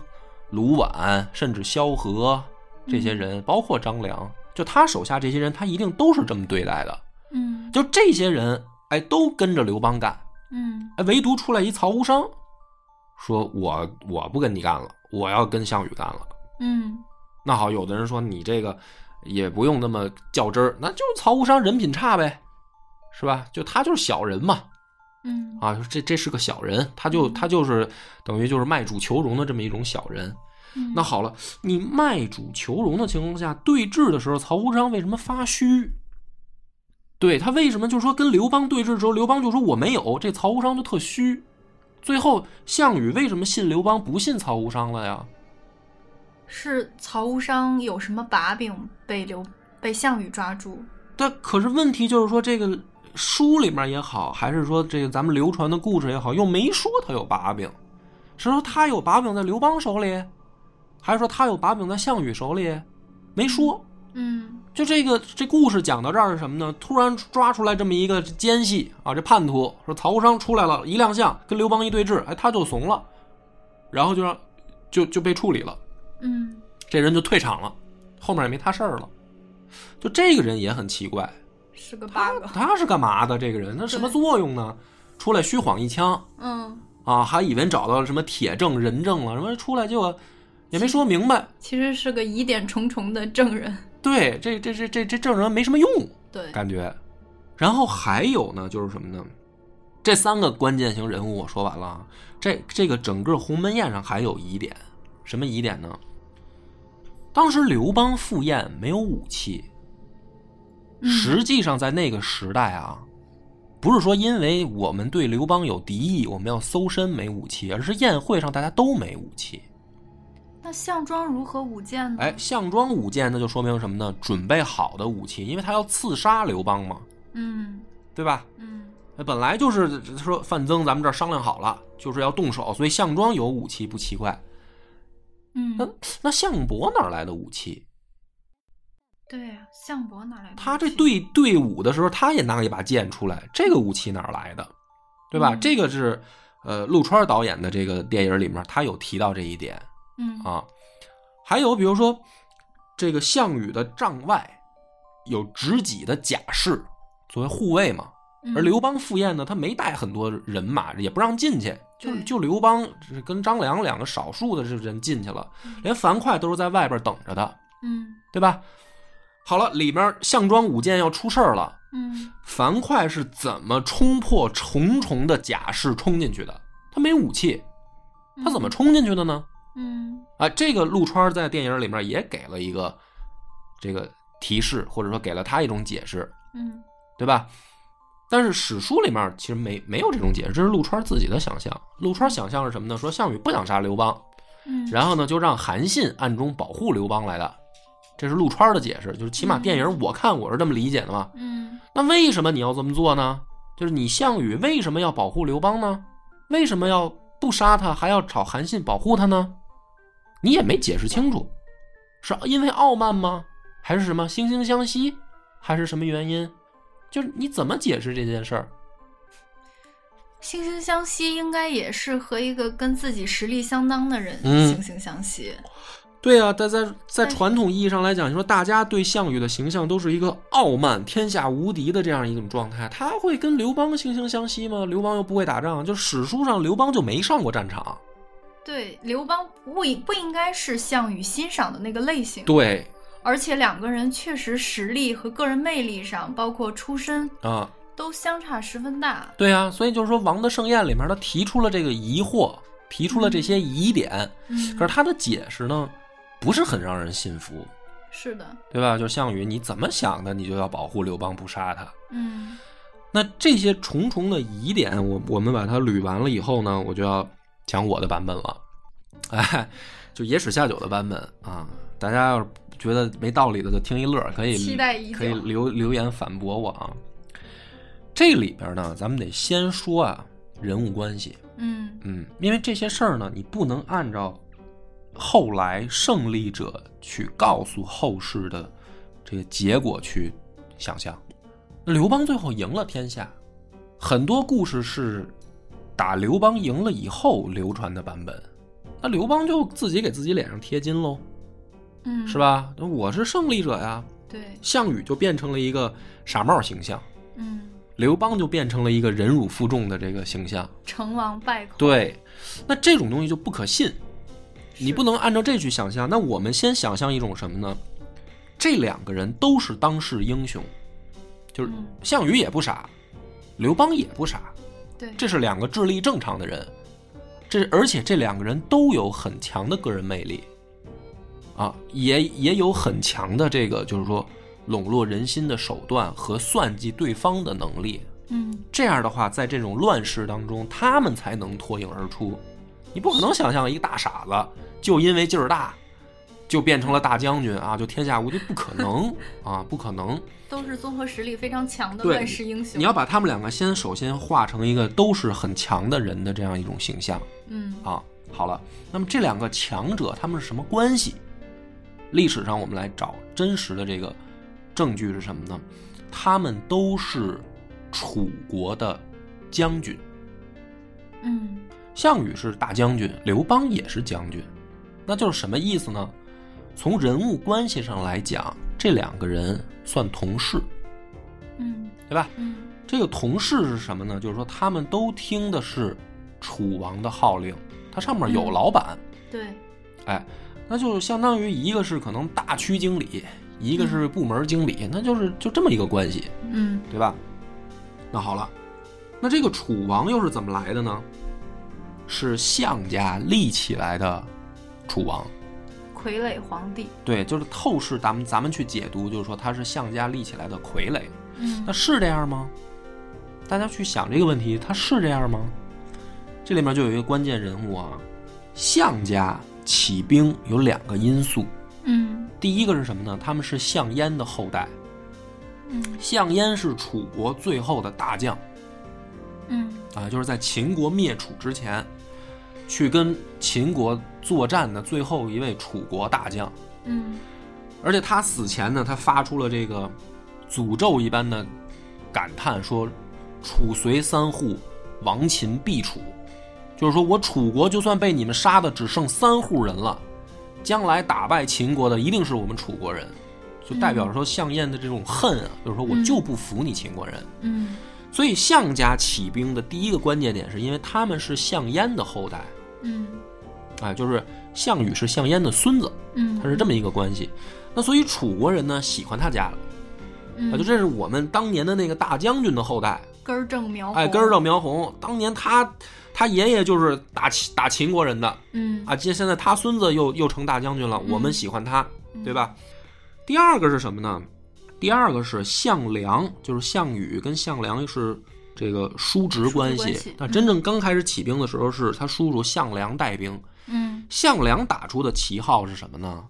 [SPEAKER 2] 卢绾，甚至萧何这些人，包括张良，就他手下这些人，他一定都是这么对待的。
[SPEAKER 3] 嗯
[SPEAKER 2] 就这些人，哎，都跟着刘邦干，
[SPEAKER 3] 嗯
[SPEAKER 2] 哎，唯独出来一曹无伤，说我我不跟你干了，我要跟项羽干了。
[SPEAKER 3] 嗯，
[SPEAKER 2] 那好，有的人说你这个也不用那么较真儿，那就是曹无伤人品差呗，是吧？就他就是小人嘛，
[SPEAKER 3] 嗯
[SPEAKER 2] 啊，这这是个小人，他就他就是等于就是卖主求荣的这么一种小人。
[SPEAKER 3] 嗯
[SPEAKER 2] 那好了，你卖主求荣的情况下，对峙的时候，曹无伤为什么发虚？对他为什么就说跟刘邦对峙的时候，刘邦就说我没有，这曹无伤就特虚。最后项羽为什么信刘邦不信曹无伤了呀？
[SPEAKER 3] 是曹无伤有什么把柄被刘被项羽抓住？
[SPEAKER 2] 但可是问题就是说，这个书里面也好，还是说这个咱们流传的故事也好，又没说他有把柄，是说他有把柄在刘邦手里，还是说他有把柄在项羽手里？没说。
[SPEAKER 3] 嗯
[SPEAKER 2] 就这个这故事讲到这儿是什么呢？突然抓出来这么一个奸细啊，这叛徒说曹无伤出来了，一亮相跟刘邦一对峙，哎，他就怂了，然后就让就就被处理了。
[SPEAKER 3] 嗯
[SPEAKER 2] 这人就退场了，后面也没他事儿了。就这个人也很奇怪，
[SPEAKER 3] 是个 bug
[SPEAKER 2] 他。他是干嘛的？这个人他什么作用呢？出来虚晃一枪
[SPEAKER 3] 嗯，
[SPEAKER 2] 啊，还以为找到了什么铁证人证了，什么出来结果也没说明白。
[SPEAKER 3] 其实是个疑点重重的证人。
[SPEAKER 2] 对，这这这这这证人没什么用，
[SPEAKER 3] 对，
[SPEAKER 2] 感觉然后还有呢，就是什么呢？这三个关键型人物我说完了啊，这这个整个鸿门宴上还有疑点，什么疑点呢？当时刘邦赴宴没有武器，
[SPEAKER 3] 嗯
[SPEAKER 2] 实际上在那个时代啊，不是说因为我们对刘邦有敌意，我们要搜身没武器，而是宴会上大家都没武器。
[SPEAKER 3] 那项庄如何舞剑呢？
[SPEAKER 2] 哎，项庄舞剑那就说明什么呢？准备好的武器，因为他要刺杀刘邦嘛，
[SPEAKER 3] 嗯
[SPEAKER 2] 对吧？
[SPEAKER 3] 嗯
[SPEAKER 2] 那本来就是说范增，咱们这儿商量好了，就是要动手，所以项庄有武器不奇怪。
[SPEAKER 3] 嗯，
[SPEAKER 2] 那项伯哪来的武器？
[SPEAKER 3] 对呀，项伯哪来的武器？
[SPEAKER 2] 他这队
[SPEAKER 3] 嗯
[SPEAKER 2] 队伍的时候，他也拿一把剑出来，这个武器哪儿来的？对吧？
[SPEAKER 3] 嗯
[SPEAKER 2] 这个是呃陆川导演的这个电影里面，他有提到这一点
[SPEAKER 3] 嗯
[SPEAKER 2] 啊。还有比如说，这个项羽的帐外有执戟的甲士作为护卫嘛，
[SPEAKER 3] 嗯
[SPEAKER 2] 而刘邦赴宴呢，他没带很多人马，也不让进去，就
[SPEAKER 3] 对
[SPEAKER 2] 就刘邦只是跟张良两个少数的这人进去了
[SPEAKER 3] 嗯，
[SPEAKER 2] 连樊哙都是在外边等着的，
[SPEAKER 3] 嗯
[SPEAKER 2] 对吧？好了，里面项庄舞剑要出事儿了，
[SPEAKER 3] 嗯
[SPEAKER 2] 樊哙是怎么冲破重重的甲士冲进去的？他没武器，他怎么冲进去的呢？
[SPEAKER 3] 嗯
[SPEAKER 2] 啊，这个陆川在电影里面也给了一个这个提示，或者说给了他一种解释，
[SPEAKER 3] 嗯
[SPEAKER 2] 对吧？但是史书里面其实没没有这种解释，这是陆川自己的想象。陆川想象是什么呢？说项羽不想杀刘邦，
[SPEAKER 3] 嗯，
[SPEAKER 2] 然后呢就让韩信暗中保护刘邦来的，这是陆川的解释。就是起码电影我看我是这么理解的嘛。
[SPEAKER 3] 嗯
[SPEAKER 2] 那为什么你要这么做呢？就是你项羽为什么要保护刘邦呢？为什么要不杀他，还要找韩信保护他呢？你也没解释清楚，是因为傲慢吗？还是什么惺惺相惜？还是什么原因？就是你怎么解释这件事儿？
[SPEAKER 3] 惺惺相惜应该也是和一个跟自己实力相当的人
[SPEAKER 2] 嗯
[SPEAKER 3] 惺惺相惜。
[SPEAKER 2] 对啊，但在在
[SPEAKER 3] 但是
[SPEAKER 2] 传统意义上来讲，你说大家对项羽的形象都是一个傲慢、天下无敌的这样一种状态，他会跟刘邦惺惺相惜吗？刘邦又不会打仗，就史书上刘邦就没上过战场。
[SPEAKER 3] 对，刘邦不应不应该是项羽欣赏的那个类型，
[SPEAKER 2] 对
[SPEAKER 3] 而且两个人确实实力和个人魅力上，包括出身
[SPEAKER 2] 啊，
[SPEAKER 3] 都相差十分大。
[SPEAKER 2] 对啊，所以就是说《王的盛宴》里面他提出了这个疑惑，提出了这些疑点，
[SPEAKER 3] 嗯，
[SPEAKER 2] 可是他的解释呢，不是很让人信服，
[SPEAKER 3] 是的，
[SPEAKER 2] 对吧？就项羽，你怎么想的，你就要保护刘邦不杀他。
[SPEAKER 3] 嗯
[SPEAKER 2] 那这些重重的疑点，我我们把它捋完了以后呢，我就要讲我的版本了，哎，就野史下酒的版本啊。大家要是觉得没道理的，就听一乐，可以
[SPEAKER 3] 期待已久
[SPEAKER 2] 可以留留言反驳我啊。这里边呢，咱们得先说啊人物关系，
[SPEAKER 3] 嗯
[SPEAKER 2] 嗯，因为这些事儿呢，你不能按照后来胜利者去告诉后世的这个结果去想象。刘邦最后赢了天下，很多故事是打刘邦赢了以后流传的版本。那刘邦就自己给自己脸上贴金喽，
[SPEAKER 3] 嗯，
[SPEAKER 2] 是？吧？那我是胜利者呀。
[SPEAKER 3] 对，
[SPEAKER 2] 项羽就变成了一个傻帽形象，
[SPEAKER 3] 嗯，
[SPEAKER 2] 刘邦就变成了一个忍辱负重的这个形象。
[SPEAKER 3] 成王败寇。
[SPEAKER 2] 对，那这种东西就不可信，
[SPEAKER 3] 是，
[SPEAKER 2] 你不能按照这去想象。那我们先想象一种什么呢？这两个人都是当世英雄，就是
[SPEAKER 3] 嗯
[SPEAKER 2] 项羽也不傻，刘邦也不傻，
[SPEAKER 3] 对，
[SPEAKER 2] 这是两个智力正常的人，这而且这两个人都有很强的个人魅力，啊，也也有很强的这个就是说笼络人心的手段和算计对方的能力。
[SPEAKER 3] 嗯
[SPEAKER 2] 这样的话，在这种乱世当中，他们才能脱颖而出。你不可能想象一个大傻子就因为劲儿大，就变成了大将军啊，就天下无敌，不可能啊，不可能。
[SPEAKER 3] 都是综合实力非常强的
[SPEAKER 2] 对
[SPEAKER 3] 乱世英雄。
[SPEAKER 2] 你要把他们两个先首先画成一个都是很强的人的这样一种形象
[SPEAKER 3] 嗯
[SPEAKER 2] 啊。好了，那么这两个强者他们是什么关系？历史上我们来找真实的这个证据是什么呢？他们都是楚国的将军。
[SPEAKER 3] 嗯
[SPEAKER 2] 项羽是大将军，刘邦也是将军，那就是什么意思呢？从人物关系上来讲，这两个人算同事，
[SPEAKER 3] 嗯
[SPEAKER 2] 对吧？
[SPEAKER 3] 嗯
[SPEAKER 2] 这个同事是什么呢？就是说他们都听的是楚王的号令，它上面有
[SPEAKER 3] 嗯
[SPEAKER 2] 老板，
[SPEAKER 3] 对，
[SPEAKER 2] 哎，那就相当于一个是可能大区经理，一个是部门经理，那就是就这么一个关系，
[SPEAKER 3] 嗯
[SPEAKER 2] 对吧？那好了，那这个楚王又是怎么来的呢？是项家立起来的楚王，
[SPEAKER 3] 傀儡皇帝，
[SPEAKER 2] 对，就是透视咱们咱们去解读，就是说他是项家立起来的傀儡，
[SPEAKER 3] 嗯
[SPEAKER 2] 那是这样吗？大家去想这个问题，他是这样吗？这里面就有一个关键人物啊，项家起兵有两个因素，
[SPEAKER 3] 嗯
[SPEAKER 2] 第一个是什么呢？他们是项燕的后代，
[SPEAKER 3] 嗯
[SPEAKER 2] 项燕是楚国最后的大将
[SPEAKER 3] 嗯
[SPEAKER 2] 啊，就是在秦国灭楚之前，去跟秦国作战的最后一位楚国大将。
[SPEAKER 3] 嗯
[SPEAKER 2] 而且他死前呢，他发出了这个诅咒一般的感叹，说：“楚随三户，亡秦必楚。”就是说我楚国就算被你们杀的只剩三户人了，将来打败秦国的一定是我们楚国人，就代表着说项燕的这种恨啊，就是说我就不服你秦国人。
[SPEAKER 3] 嗯
[SPEAKER 2] 所以项家起兵的第一个关键点，是因为他们是项燕的后代，
[SPEAKER 3] 嗯
[SPEAKER 2] 啊，就是项羽是项燕的孙子。
[SPEAKER 3] 嗯，
[SPEAKER 2] 它是这么一个关系。那所以楚国人呢喜欢他家了，啊，就这是我们当年的那个大将军的后代，
[SPEAKER 3] 嗯根儿正苗红，
[SPEAKER 2] 哎，根儿的苗红，当年他他爷爷就是打秦打秦国人的
[SPEAKER 3] 嗯
[SPEAKER 2] 啊，这现在他孙子又又成大将军了，我们喜欢他，
[SPEAKER 3] 嗯
[SPEAKER 2] 对吧？第二个是什么呢？第二个是项梁，就是项羽跟项梁是这个叔侄关
[SPEAKER 3] 叔侄关
[SPEAKER 2] 系
[SPEAKER 3] 系。
[SPEAKER 2] 那真正刚开始起兵的时候，是他叔叔项梁带兵，
[SPEAKER 3] 嗯
[SPEAKER 2] 项梁打出的旗号是什么呢？
[SPEAKER 3] 嗯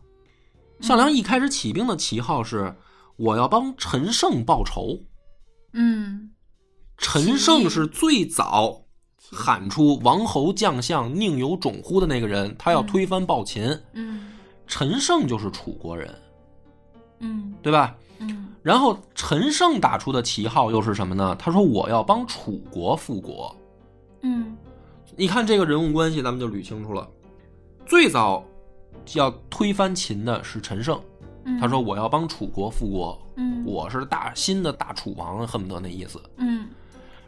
[SPEAKER 2] 项梁一开始起兵的旗号是我要帮陈胜报仇。
[SPEAKER 3] 嗯
[SPEAKER 2] 陈胜是最早喊出“王侯将相宁有种乎”的那个人，他要推翻暴秦。
[SPEAKER 3] 嗯
[SPEAKER 2] 陈胜就是楚国人，
[SPEAKER 3] 嗯
[SPEAKER 2] 对吧？
[SPEAKER 3] 嗯
[SPEAKER 2] 然后陈胜打出的旗号又是什么呢？他说我要帮楚国复国。
[SPEAKER 3] 嗯
[SPEAKER 2] 你看这个人物关系，咱们就捋清楚了。最早要推翻秦的是陈胜，
[SPEAKER 3] 嗯，
[SPEAKER 2] 他说我要帮楚国复国，
[SPEAKER 3] 嗯
[SPEAKER 2] 我是大新的大楚王，恨不得那意思。
[SPEAKER 3] 嗯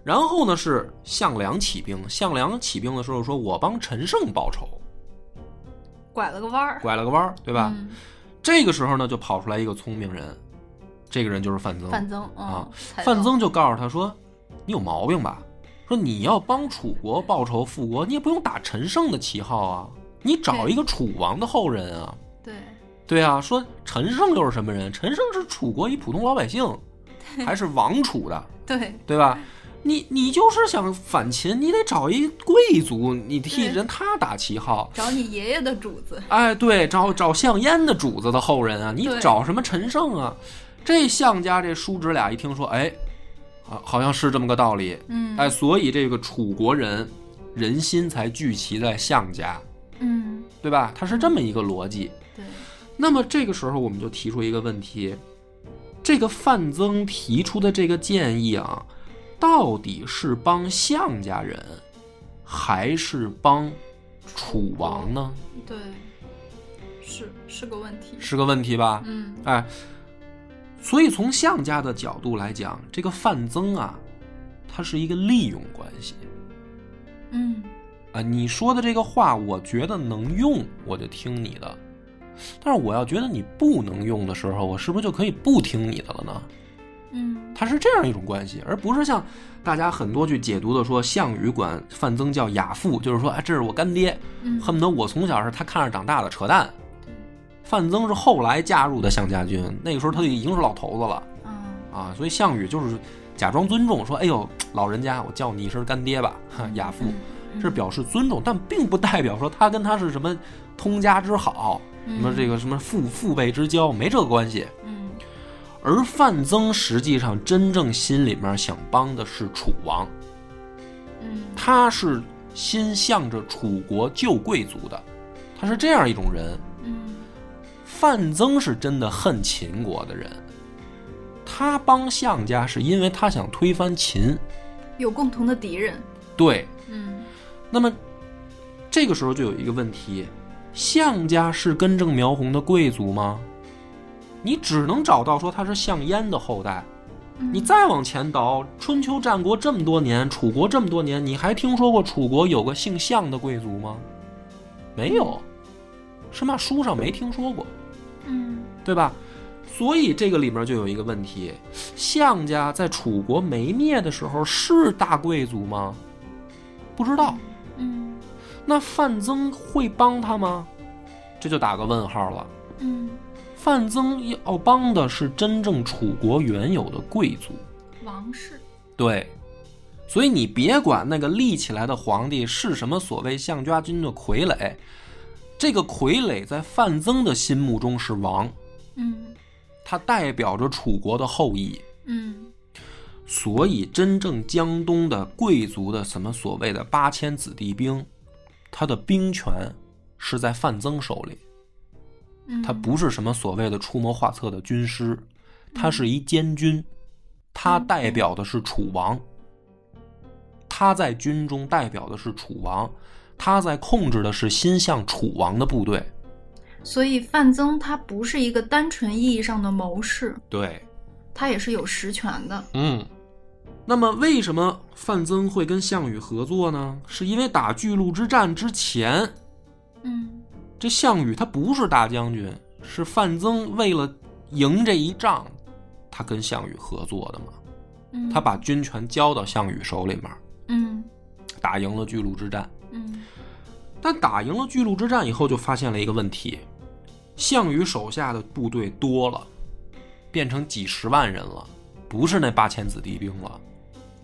[SPEAKER 2] 然后呢是项梁起兵，项梁起兵的时候说我帮陈胜报仇，
[SPEAKER 3] 拐了个弯儿，
[SPEAKER 2] 拐了个弯儿，对吧？
[SPEAKER 3] 嗯
[SPEAKER 2] 这个时候呢就跑出来一个聪明人，这个人就是范增。
[SPEAKER 3] 范增
[SPEAKER 2] 啊
[SPEAKER 3] 嗯，才
[SPEAKER 2] 范
[SPEAKER 3] 懂
[SPEAKER 2] 增就告诉他说：“你有毛病吧？说你要帮楚国报仇复国，你也不用打陈胜的旗号啊，你找
[SPEAKER 3] 对
[SPEAKER 2] 一个楚王的后人啊。”
[SPEAKER 3] 对，
[SPEAKER 2] 对啊，说陈胜又是什么人？陈胜是楚国一普通老百 姓，还是王楚的，
[SPEAKER 3] 对，
[SPEAKER 2] 对吧？你你就是想反秦，你得找一贵族，你替
[SPEAKER 3] 对
[SPEAKER 2] 人他打旗号。
[SPEAKER 3] 找你爷爷的主子，
[SPEAKER 2] 哎，对，找找项燕的主子的后人啊，你
[SPEAKER 3] 对
[SPEAKER 2] 找什么陈胜啊？这项家这叔侄俩一听说，哎，啊，好像是这么个道理，
[SPEAKER 3] 嗯
[SPEAKER 2] 哎，所以这个楚国人人心才聚集在项家，
[SPEAKER 3] 嗯，
[SPEAKER 2] 对吧？它是这么一个逻辑。
[SPEAKER 3] 对，
[SPEAKER 2] 那么这个时候，我们就提出一个问题：这个范增提出的这个建议啊，到底是帮项家人，还是帮楚王呢？
[SPEAKER 3] 对，是是个问题。
[SPEAKER 2] 是个问题吧？
[SPEAKER 3] 嗯
[SPEAKER 2] 哎，所以从项家的角度来讲，这个范增啊，他是一个利用关系
[SPEAKER 3] 嗯
[SPEAKER 2] 啊。你说的这个话，我觉得能用，我就听你的；但是我要觉得你不能用的时候，我是不是就可以不听你的了呢？
[SPEAKER 3] 嗯
[SPEAKER 2] 它是这样一种关系，而不是像大家很多去解读的说，项羽管范增叫亚父，就是说，哎，这是我干爹，
[SPEAKER 3] 嗯，
[SPEAKER 2] 恨不得我从小是他看着长大的，扯淡。范增是后来加入的项家军，那个时候他就已经是老头子了
[SPEAKER 3] 嗯
[SPEAKER 2] 啊，所以项羽就是假装尊重，说，哎呦，老人家，我叫你一声干爹吧，哈亚父，
[SPEAKER 3] 嗯
[SPEAKER 2] 是表示尊重，但并不代表说他跟他是什么通家之好，什么这个什么父父辈之交，没这个关系。
[SPEAKER 3] 嗯
[SPEAKER 2] 而范增实际上真正心里面想帮的是楚王，
[SPEAKER 3] 嗯
[SPEAKER 2] 他是心向着楚国旧贵族的，他是这样一种人。
[SPEAKER 3] 嗯
[SPEAKER 2] 范增是真的恨秦国的人，他帮项家是因为他想推翻秦。
[SPEAKER 3] 有共同的敌人，
[SPEAKER 2] 对，
[SPEAKER 3] 嗯
[SPEAKER 2] 那么这个时候就有一个问题：项家是根正苗红的贵族吗？你只能找到说他是项燕的后代，
[SPEAKER 3] 嗯
[SPEAKER 2] 你再往前倒，春秋战国这么多年，楚国这么多年，你还听说过楚国有个姓项的贵族吗？没有，是吗？书上没听说过，
[SPEAKER 3] 嗯
[SPEAKER 2] 对吧？所以这个里面就有一个问题：项家在楚国没灭的时候是大贵族吗？不知道。
[SPEAKER 4] 嗯
[SPEAKER 2] 那范增会帮他吗？这就打个问号了。
[SPEAKER 4] 嗯，
[SPEAKER 2] 范增要哦帮的是真正楚国原有的贵族，
[SPEAKER 3] 王室
[SPEAKER 2] 对，所以你别管那个立起来的皇帝是什么所谓项家军的傀儡，这个傀儡在范增的心目中是王，
[SPEAKER 4] 嗯
[SPEAKER 2] 他代表着楚国的后裔。
[SPEAKER 4] 嗯
[SPEAKER 2] 所以，真正江东的贵族的什么所谓的八千子弟兵，他的兵权是在范增手里，
[SPEAKER 4] 嗯，
[SPEAKER 2] 他不是什么所谓的出谋划策的军师，他是一监军，他代表的是楚王，他在军中代表的是楚王，他在控制的是心向楚王的部队。
[SPEAKER 3] 所以范增他不是一个单纯意义上的谋士，
[SPEAKER 2] 对，
[SPEAKER 3] 他也是有实权的。
[SPEAKER 2] 嗯，那么为什么范增会跟项羽合作呢？是因为打巨鹿之战之前，
[SPEAKER 4] 嗯
[SPEAKER 2] 这项羽他不是大将军，是范增为了赢这一仗，他跟项羽合作的嘛。
[SPEAKER 4] 嗯，
[SPEAKER 2] 他把军权交到项羽手里面，
[SPEAKER 4] 嗯
[SPEAKER 2] 打赢了巨鹿之战。
[SPEAKER 4] 嗯
[SPEAKER 2] 但打赢了巨鹿之战以后，就发现了一个问题：项羽手下的部队多了，变成几十万人了，不是那八千子弟兵了。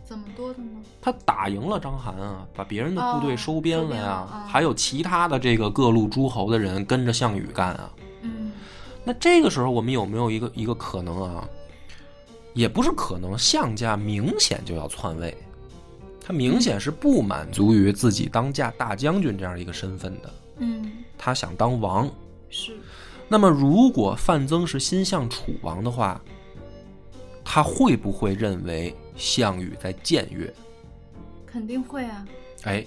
[SPEAKER 3] 怎么多的呢？
[SPEAKER 2] 他打赢了章邯啊，把别人的部队
[SPEAKER 3] 哦
[SPEAKER 2] 收编了呀，
[SPEAKER 3] 收编了嗯
[SPEAKER 2] 还有其他的这个各路诸侯的人跟着项羽干啊。
[SPEAKER 3] 嗯
[SPEAKER 2] 那这个时候，我们有没有一个一个可能啊？也不是可能，项家明显就要篡位，他明显是不满足于自己当家大将军这样一个身份的，
[SPEAKER 4] 嗯
[SPEAKER 2] 他想当王。
[SPEAKER 4] 是
[SPEAKER 2] 那么，如果范增是心向楚王的话，他会不会认为项羽在僭越？
[SPEAKER 3] 肯定会啊。
[SPEAKER 2] 哎，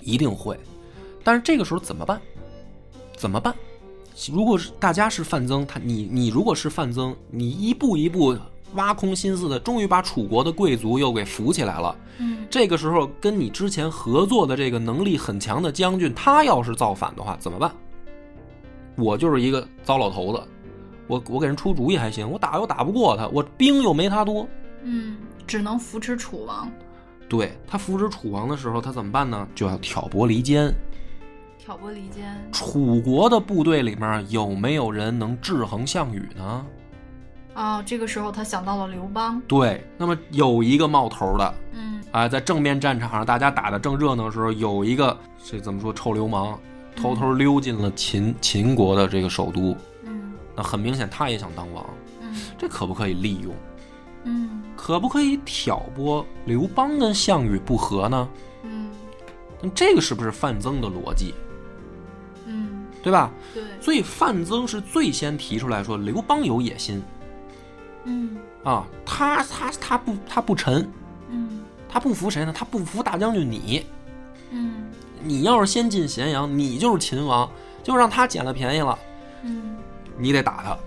[SPEAKER 2] 一定会。但是这个时候怎么办？怎么办？如果是大家是范增，他你你如果是范增，你一步一步挖空心思的，终于把楚国的贵族又给扶起来了。
[SPEAKER 4] 嗯
[SPEAKER 2] 这个时候，跟你之前合作的这个能力很强的将军，他要是造反的话，怎么办？我就是一个糟老头子，我我给人出主意还行，我打又打不过他，我兵又没他多，
[SPEAKER 3] 嗯，只能扶持楚王，
[SPEAKER 2] 对他扶持楚王的时候，他怎么办呢？就要挑拨离间，
[SPEAKER 3] 挑拨离间。
[SPEAKER 2] 楚国的部队里面有没有人能制衡项羽呢？
[SPEAKER 3] 哦，这个时候他想到了刘邦。
[SPEAKER 2] 对，那么有一个冒头的
[SPEAKER 3] 嗯
[SPEAKER 2] 啊，在正面战场上大家打得正热闹的时候，有一个这怎么说臭流氓偷偷溜进了秦秦国的这个首都，
[SPEAKER 3] 嗯
[SPEAKER 2] 那很明显他也想当王，
[SPEAKER 3] 嗯
[SPEAKER 2] 这可不可以利用？
[SPEAKER 3] 嗯
[SPEAKER 2] 可不可以挑拨刘邦跟项羽不和呢？
[SPEAKER 3] 嗯
[SPEAKER 2] 那这个是不是范增的逻辑，
[SPEAKER 3] 嗯，
[SPEAKER 2] 对吧？
[SPEAKER 3] 对，
[SPEAKER 2] 所以范增是最先提出来说刘邦有野心，
[SPEAKER 4] 嗯
[SPEAKER 2] 啊，他他他不他不臣，
[SPEAKER 4] 嗯
[SPEAKER 2] 他不服谁呢？他不服大将军你。
[SPEAKER 4] 嗯
[SPEAKER 2] 你要是先进咸阳，你就是秦王，就让他捡了便宜了，
[SPEAKER 4] 嗯
[SPEAKER 2] 你得打他。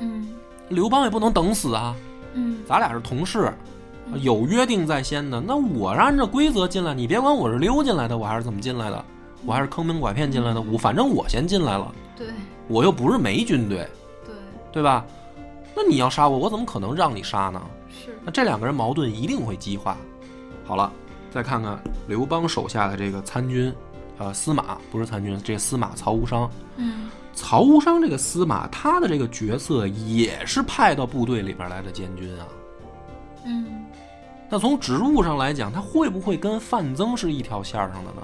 [SPEAKER 4] 嗯
[SPEAKER 2] 刘邦也不能等死啊，
[SPEAKER 4] 嗯
[SPEAKER 2] 咱俩是同事，有约定在先的。那我是按照规则进来，你别管我是溜进来的，我还是怎么进来的，我还是坑蒙拐骗进来的，我反正我先进来了，
[SPEAKER 3] 对
[SPEAKER 2] 我又不是没军队，
[SPEAKER 3] 对
[SPEAKER 2] 对吧？那你要杀我，我怎么可能让你杀呢？
[SPEAKER 3] 是。
[SPEAKER 2] 那这两个人矛盾一定会激化。好了，再看看刘邦手下的这个参军，呃，司马不是参军，这司马曹无伤。
[SPEAKER 4] 嗯
[SPEAKER 2] 曹无伤这个司马，他的这个角色也是派到部队里边来的监军啊。
[SPEAKER 4] 嗯
[SPEAKER 2] 那从职务上来讲，他会不会跟范增是一条线儿上的呢？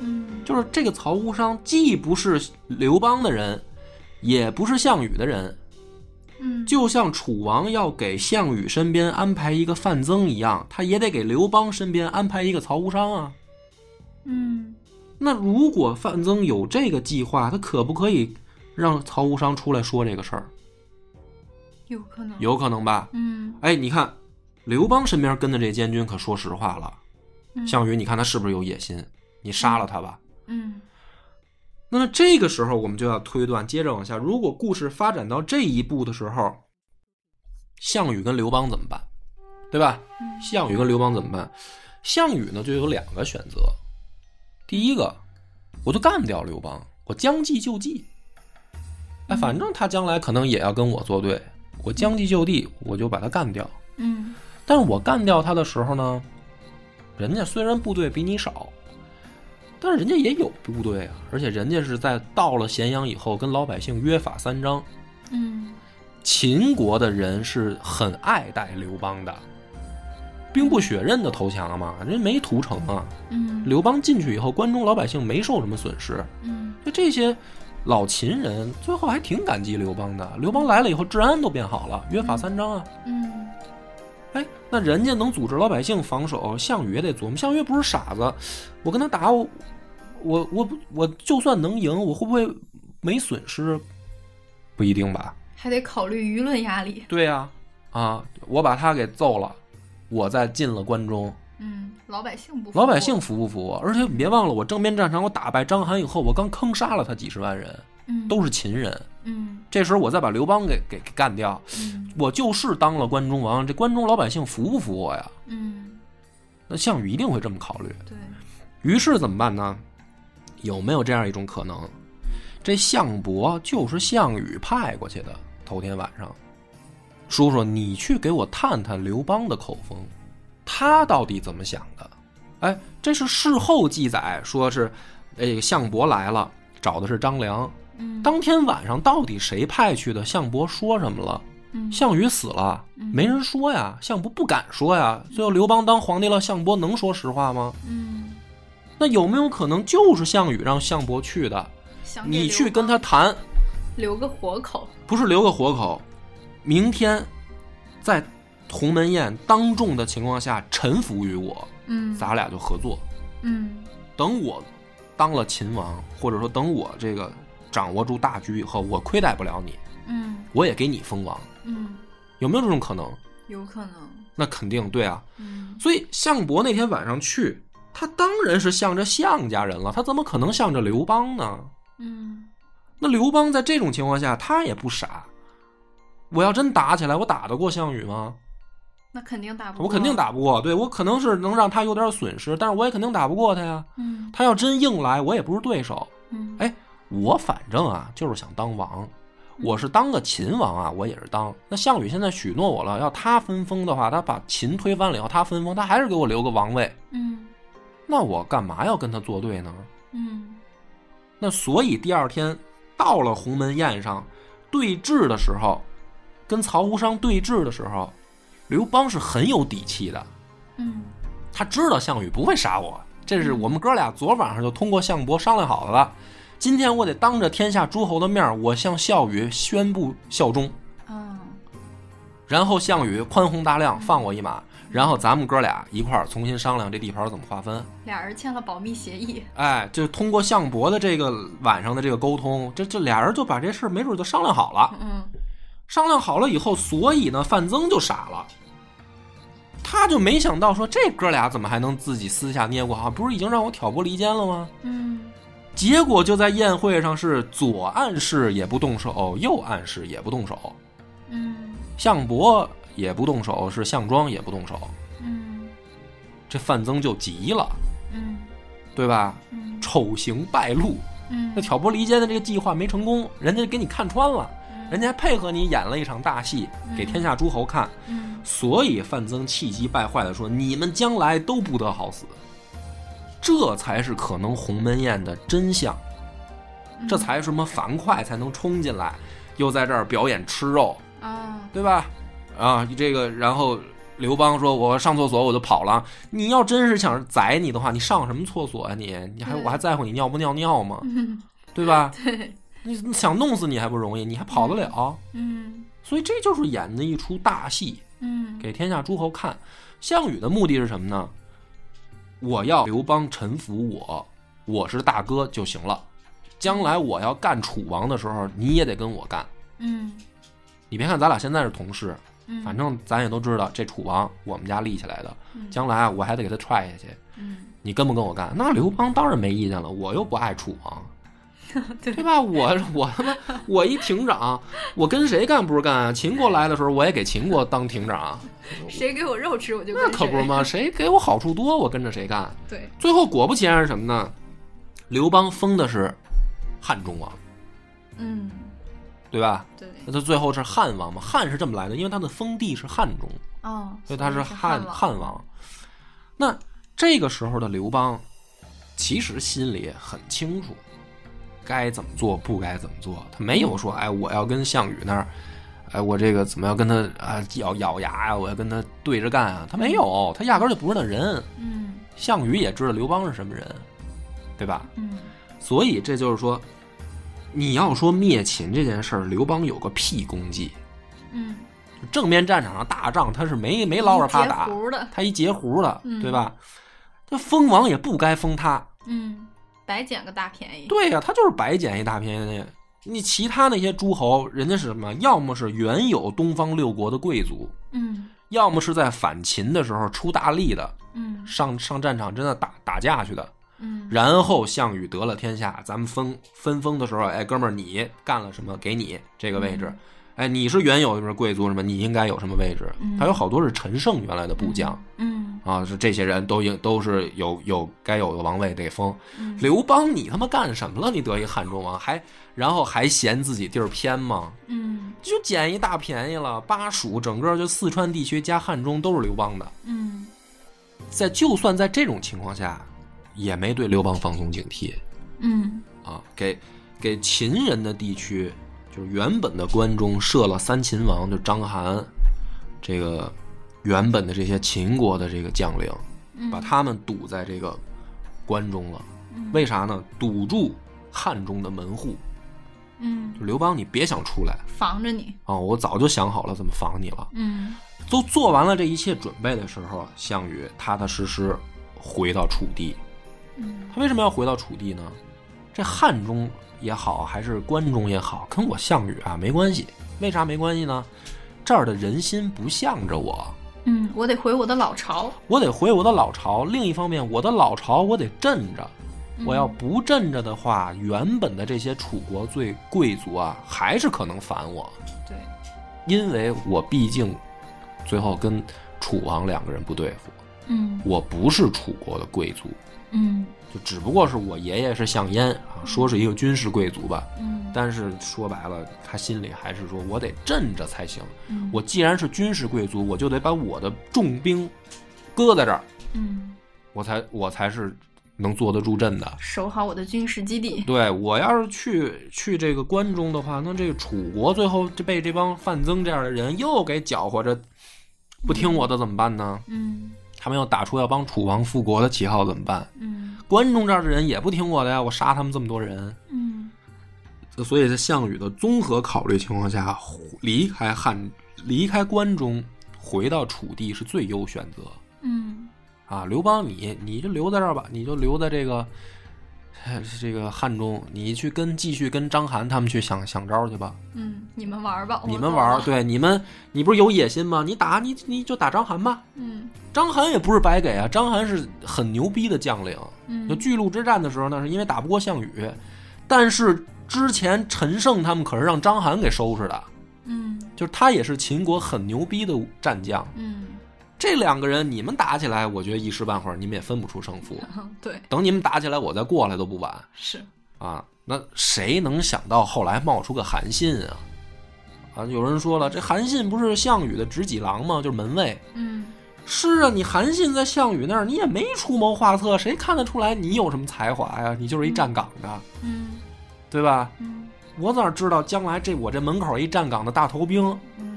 [SPEAKER 4] 嗯
[SPEAKER 2] 就是这个曹无伤既不是刘邦的人，也不是项羽的人，
[SPEAKER 4] 嗯
[SPEAKER 2] 就像楚王要给项羽身边安排一个范增一样，他也得给刘邦身边安排一个曹无伤啊。
[SPEAKER 4] 嗯
[SPEAKER 2] 那如果范增有这个计划，他可不可以让曹无伤出来说这个事儿？
[SPEAKER 3] 有可能
[SPEAKER 2] 有可能吧？
[SPEAKER 4] 嗯
[SPEAKER 2] 哎，你看刘邦身边跟的这监军，可说实话了，
[SPEAKER 4] 嗯
[SPEAKER 2] 项羽，你看他是不是有野心？你杀了他吧。
[SPEAKER 4] 嗯
[SPEAKER 2] 那么这个时候，我们就要推断，接着往下，如果故事发展到这一步的时候，项羽跟刘邦怎么办？对吧？项羽跟刘邦怎么办？项羽呢，就有两个选择。第一个，我就干掉刘邦，我将计就计。哎，反正他将来可能也要跟我作对，我将计就地，我就把他干掉。
[SPEAKER 4] 嗯
[SPEAKER 2] 但是我干掉他的时候呢，人家虽然部队比你少，但是人家也有部队啊，而且人家是在到了咸阳以后跟老百姓约法三章。
[SPEAKER 4] 嗯
[SPEAKER 2] 秦国的人是很爱戴刘邦的，兵不血刃的投降嘛，人没屠城啊。
[SPEAKER 4] 嗯
[SPEAKER 2] 刘邦进去以后，关中老百姓没受什么损失，
[SPEAKER 4] 嗯
[SPEAKER 2] 就这些老秦人最后还挺感激刘邦的。刘邦来了以后，治安都变好了，约法三章啊。
[SPEAKER 4] 嗯
[SPEAKER 2] 哎，那人家能组织老百姓防守，项羽也得琢磨。项羽又不是傻子，我跟他打，我我我我就算能赢，我会不会没损失？不一定吧。
[SPEAKER 3] 还得考虑舆论压力。
[SPEAKER 2] 对呀、啊，我把他给揍了，我再进了关中，
[SPEAKER 3] 嗯，老百姓不服
[SPEAKER 2] 老百姓服不服我？而且你别忘了，我正面战场我打败章邯以后，我刚坑杀了他几十万人，
[SPEAKER 4] 嗯
[SPEAKER 2] 都是秦人。
[SPEAKER 4] 嗯
[SPEAKER 2] 这时候我再把刘邦给给给干掉，
[SPEAKER 4] 嗯
[SPEAKER 2] 我就是当了关中王，这关中老百姓服不服我呀？
[SPEAKER 4] 嗯
[SPEAKER 2] 那项羽一定会这么考虑。
[SPEAKER 3] 对，
[SPEAKER 2] 于是怎么办呢？有没有这样一种可能？这项伯就是项羽派过去的。头天晚上，叔叔，你去给我探探刘邦的口风，他到底怎么想的？哎，这是事后记载，说是，哎，项伯来了，找的是张良。
[SPEAKER 4] 嗯
[SPEAKER 2] 当天晚上到底谁派去的？项伯说什么了？
[SPEAKER 4] 嗯
[SPEAKER 2] 项羽死了，没人说呀，项伯不敢说呀。最后刘邦当皇帝了，项伯能说实话吗？
[SPEAKER 4] 嗯
[SPEAKER 2] 那有没有可能就是项羽让项伯去的？
[SPEAKER 3] 想给
[SPEAKER 2] 你
[SPEAKER 3] 刘
[SPEAKER 2] 去跟他谈，
[SPEAKER 3] 留个活口。
[SPEAKER 2] 不是留个活口。明天，在鸿门宴当众的情况下臣服于我，
[SPEAKER 4] 嗯
[SPEAKER 2] 咱俩就合作。
[SPEAKER 4] 嗯
[SPEAKER 2] 等我当了秦王，或者说等我这个掌握住大局以后，我亏待不了你，
[SPEAKER 4] 嗯
[SPEAKER 2] 我也给你封王，
[SPEAKER 4] 嗯
[SPEAKER 2] 有没有这种可能？
[SPEAKER 3] 有可能，
[SPEAKER 2] 那肯定对啊。
[SPEAKER 4] 嗯
[SPEAKER 2] 所以项伯那天晚上去，他当然是向着项家人了，他怎么可能向着刘邦呢？
[SPEAKER 4] 嗯
[SPEAKER 2] 那刘邦在这种情况下，他也不傻。我要真打起来，我打得过项羽吗？
[SPEAKER 3] 那肯定打不过，
[SPEAKER 2] 我肯定打不过。对我可能是能让他有点损失，但是我也肯定打不过他呀。
[SPEAKER 4] 嗯
[SPEAKER 2] 他要真硬来，我也不是对手。
[SPEAKER 4] 嗯
[SPEAKER 2] 哎，我反正啊，就是想当王。我是当个秦王啊，我也是当。那项羽现在许诺我了，要他分封的话，他把秦推翻了以后，他分封，他还是给我留个王位。
[SPEAKER 4] 嗯
[SPEAKER 2] 那我干嘛要跟他作对呢？
[SPEAKER 4] 嗯
[SPEAKER 2] 那所以第二天到了鸿门宴上对峙的时候，跟曹无伤对峙的时候，刘邦是很有底气的，
[SPEAKER 4] 嗯
[SPEAKER 2] 他知道项羽不会杀我，这是我们哥俩昨晚上就通过项伯商量好的了。今天我得当着天下诸侯的面儿，我向项羽宣布效忠，
[SPEAKER 3] 嗯，
[SPEAKER 2] 然后项羽宽宏大量放我一马，然后咱们哥俩一块儿重新商量这地盘儿怎么划分。
[SPEAKER 3] 俩人签了保密协议，
[SPEAKER 2] 哎，就通过项伯的这个晚上的这个沟通，这这俩人就把这事儿没准就商量好了。
[SPEAKER 3] 嗯，
[SPEAKER 2] 商量好了以后，所以呢，范增就傻了，他就没想到说这哥俩怎么还能自己私下捏过哈？不是已经让我挑拨离间了吗？
[SPEAKER 4] 嗯
[SPEAKER 2] 结果就在宴会上是左暗示也不动手，右暗示也不动手，
[SPEAKER 4] 嗯
[SPEAKER 2] 项伯也不动手，是项庄也不动手，
[SPEAKER 4] 嗯
[SPEAKER 2] 这范增就急了，
[SPEAKER 4] 嗯
[SPEAKER 2] 对吧？
[SPEAKER 4] 嗯
[SPEAKER 2] 丑行败露，
[SPEAKER 4] 嗯
[SPEAKER 2] 那挑拨离间的这个计划没成功，人家给你看穿了，人家还配合你演了一场大戏给天下诸侯看，
[SPEAKER 4] 嗯
[SPEAKER 2] 所以范增气急败坏地说：“你们将来都不得好死。”这才是可能鸿门宴的真相，
[SPEAKER 3] 嗯
[SPEAKER 2] 这才什么樊哙才能冲进来，又在这儿表演吃肉，
[SPEAKER 3] 啊，
[SPEAKER 2] 对吧？啊，这个然后刘邦说：“我上厕所我就跑了。你要真是想宰你的话，你上什么厕所啊你？你还
[SPEAKER 3] 对
[SPEAKER 2] 我还在乎你尿不尿尿吗？
[SPEAKER 4] 嗯
[SPEAKER 2] 对吧？
[SPEAKER 3] 对，
[SPEAKER 2] 你你想弄死你还不容易，你还跑得了？
[SPEAKER 4] 嗯
[SPEAKER 2] 所以这就是演的一出大戏，
[SPEAKER 4] 嗯
[SPEAKER 2] 给天下诸侯看。项羽的目的是什么呢？我要刘邦臣服我，我是大哥就行了。将来我要干楚王的时候，你也得跟我干。
[SPEAKER 4] 嗯
[SPEAKER 2] 你别看咱俩现在是同事，
[SPEAKER 4] 嗯，
[SPEAKER 2] 反正咱也都知道这楚王我们家立起来的，
[SPEAKER 4] 嗯
[SPEAKER 2] 将来啊我还得给他踹下去。
[SPEAKER 4] 嗯
[SPEAKER 2] 你跟不跟我干？那刘邦当然没意见了，我又不爱楚王，
[SPEAKER 3] 对
[SPEAKER 2] 对吧？我我他妈我一亭长，我跟谁干不是干啊？秦国来的时候，我也给秦国当亭长，
[SPEAKER 3] 谁给我肉吃我就跟
[SPEAKER 2] 那可不是
[SPEAKER 3] 谁
[SPEAKER 2] 吗？谁给我好处多，我跟着谁干。
[SPEAKER 3] 对，
[SPEAKER 2] 最后果不其然是什么呢？刘邦封的是汉中王，
[SPEAKER 3] 嗯，
[SPEAKER 2] 对吧？
[SPEAKER 3] 对，
[SPEAKER 2] 那他最后是汉王嘛？汉是这么来的，因为他的封地是汉中，
[SPEAKER 3] 哦，
[SPEAKER 2] 所以他
[SPEAKER 3] 是
[SPEAKER 2] 嗯汉
[SPEAKER 3] 王
[SPEAKER 2] 汉王。那这个时候的刘邦，其实心里很清楚，该怎么做，不该怎么做。他没有说，哎，我要跟项羽那儿，哎，我这个怎么要跟他啊咬咬牙呀，我要跟他对着干啊？他没有，他压根儿就不是那人。
[SPEAKER 4] 嗯
[SPEAKER 2] 项羽也知道刘邦是什么人，对吧？
[SPEAKER 4] 嗯
[SPEAKER 2] 所以这就是说，你要说灭秦这件事儿，刘邦有个屁功绩。
[SPEAKER 4] 嗯
[SPEAKER 2] 正面战场上大仗，他是没没捞着他打，
[SPEAKER 3] 截胡的
[SPEAKER 2] 他一截胡了，
[SPEAKER 4] 嗯
[SPEAKER 2] 对吧？这封王也不该封他，
[SPEAKER 4] 嗯
[SPEAKER 3] 白捡个大便宜，
[SPEAKER 2] 对呀、他就是白捡一大便宜。你其他那些诸侯，人家是什么？要么是原有东方六国的贵族，
[SPEAKER 4] 嗯
[SPEAKER 2] 要么是在反秦的时候出大力的，
[SPEAKER 4] 嗯
[SPEAKER 2] 上上战场真的打打架去的。
[SPEAKER 4] 嗯
[SPEAKER 2] 然后项羽得了天下，咱们分分封的时候，哎，哥们儿，你干了什么？给你这个位置。哎，你是原有什么贵族什么？你应该有什么位置？
[SPEAKER 4] 嗯
[SPEAKER 2] 还有好多是陈胜原来的部将、
[SPEAKER 4] 嗯
[SPEAKER 2] 啊，是这些人都应都是有有该有的王位得封。
[SPEAKER 4] 嗯
[SPEAKER 2] 刘邦，你他妈干什么了？你得一汉中王，还然后还嫌自己地儿偏吗？
[SPEAKER 4] 嗯
[SPEAKER 2] 就捡一大便宜了。巴蜀整个就四川地区加汉中都是刘邦的，
[SPEAKER 4] 嗯
[SPEAKER 2] 在就算在这种情况下，也没对刘邦放松警惕。
[SPEAKER 4] 嗯
[SPEAKER 2] 啊，给给秦人的地区，就是原本的关中设了三秦王，就章邯，这个原本的这些秦国的这个将领，
[SPEAKER 4] 嗯
[SPEAKER 2] 把他们堵在这个关中了。
[SPEAKER 4] 嗯
[SPEAKER 2] 为啥呢？堵住汉中的门户，
[SPEAKER 4] 嗯
[SPEAKER 2] 就刘邦，你别想出来
[SPEAKER 3] 防着你，
[SPEAKER 2] 啊！我早就想好了怎么防你了。
[SPEAKER 4] 嗯
[SPEAKER 2] 都做完了这一切准备的时候，项羽踏踏实实回到楚地。
[SPEAKER 4] 嗯
[SPEAKER 2] 他为什么要回到楚地呢？这汉中也好，还是关中也好，跟我项羽啊没关系。为啥没关系呢？这儿的人心不向着我，
[SPEAKER 4] 嗯
[SPEAKER 3] 我得回我的老巢，
[SPEAKER 2] 我得回我的老巢。另一方面，我的老巢我得镇着，我要不镇着的话，原本的这些楚国最贵族啊，还是可能反我，
[SPEAKER 3] 对，
[SPEAKER 2] 因为我毕竟最后跟楚王两个人不对付，
[SPEAKER 4] 嗯
[SPEAKER 2] 我不是楚国的贵族，
[SPEAKER 4] 嗯
[SPEAKER 2] 就只不过是我爷爷是项燕啊，说是一个军事贵族吧，
[SPEAKER 4] 嗯
[SPEAKER 2] 但是说白了，他心里还是说我得镇着才行。
[SPEAKER 4] 嗯
[SPEAKER 2] 我既然是军事贵族，我就得把我的重兵搁在这儿，
[SPEAKER 4] 嗯
[SPEAKER 2] 我才我才是能坐得住阵的。
[SPEAKER 3] 守好我的军事基地，
[SPEAKER 2] 对我要是去去这个关中的话，那这个楚国最后就被这帮范增这样的人又给搅和着，不听我的怎么办呢？
[SPEAKER 4] 嗯
[SPEAKER 2] 他们要打出要帮楚王复国的旗号怎么办？
[SPEAKER 4] 嗯
[SPEAKER 2] 关中这儿的人也不听我的呀，我杀他们这么多人。
[SPEAKER 4] 嗯
[SPEAKER 2] 所以在项羽的综合考虑情况下，离开汉，离开关中，回到楚地是最优选择
[SPEAKER 4] 嗯
[SPEAKER 2] 啊！刘邦你，你就留在这儿吧，你就留在这个，哎这个汉中，你去跟继续跟章邯他们去想想招去吧。
[SPEAKER 3] 嗯，你们玩儿吧，我
[SPEAKER 2] 你们
[SPEAKER 3] 走
[SPEAKER 2] 玩儿，
[SPEAKER 3] 了，
[SPEAKER 2] 对你们，你不是有野心吗？你打你你就打章邯吧。
[SPEAKER 3] 嗯
[SPEAKER 2] 章邯也不是白给啊，章邯是很牛逼的将领，就
[SPEAKER 4] 嗯
[SPEAKER 2] 巨鹿之战的时候呢，是因为打不过项羽，但是之前陈胜他们可是让章邯给收拾的，
[SPEAKER 4] 嗯
[SPEAKER 2] 就是他也是秦国很牛逼的战将。
[SPEAKER 4] 嗯
[SPEAKER 2] 这两个人你们打起来，我觉得一时半会儿你们也分不出胜负。
[SPEAKER 3] 嗯，对，
[SPEAKER 2] 等你们打起来，我再过来都不晚
[SPEAKER 3] 是，
[SPEAKER 2] 啊。那谁能想到后来冒出个韩信啊？啊，有人说了，这韩信不是项羽的执戟郎吗？就是门卫。
[SPEAKER 4] 嗯
[SPEAKER 2] 是啊，你韩信在项羽那儿，你也没出谋划策，谁看得出来你有什么才华呀？你就是一站岗的，
[SPEAKER 4] 嗯
[SPEAKER 2] 对吧？
[SPEAKER 4] 嗯
[SPEAKER 2] 我哪知道将来这我这门口一站岗的大头兵，
[SPEAKER 4] 嗯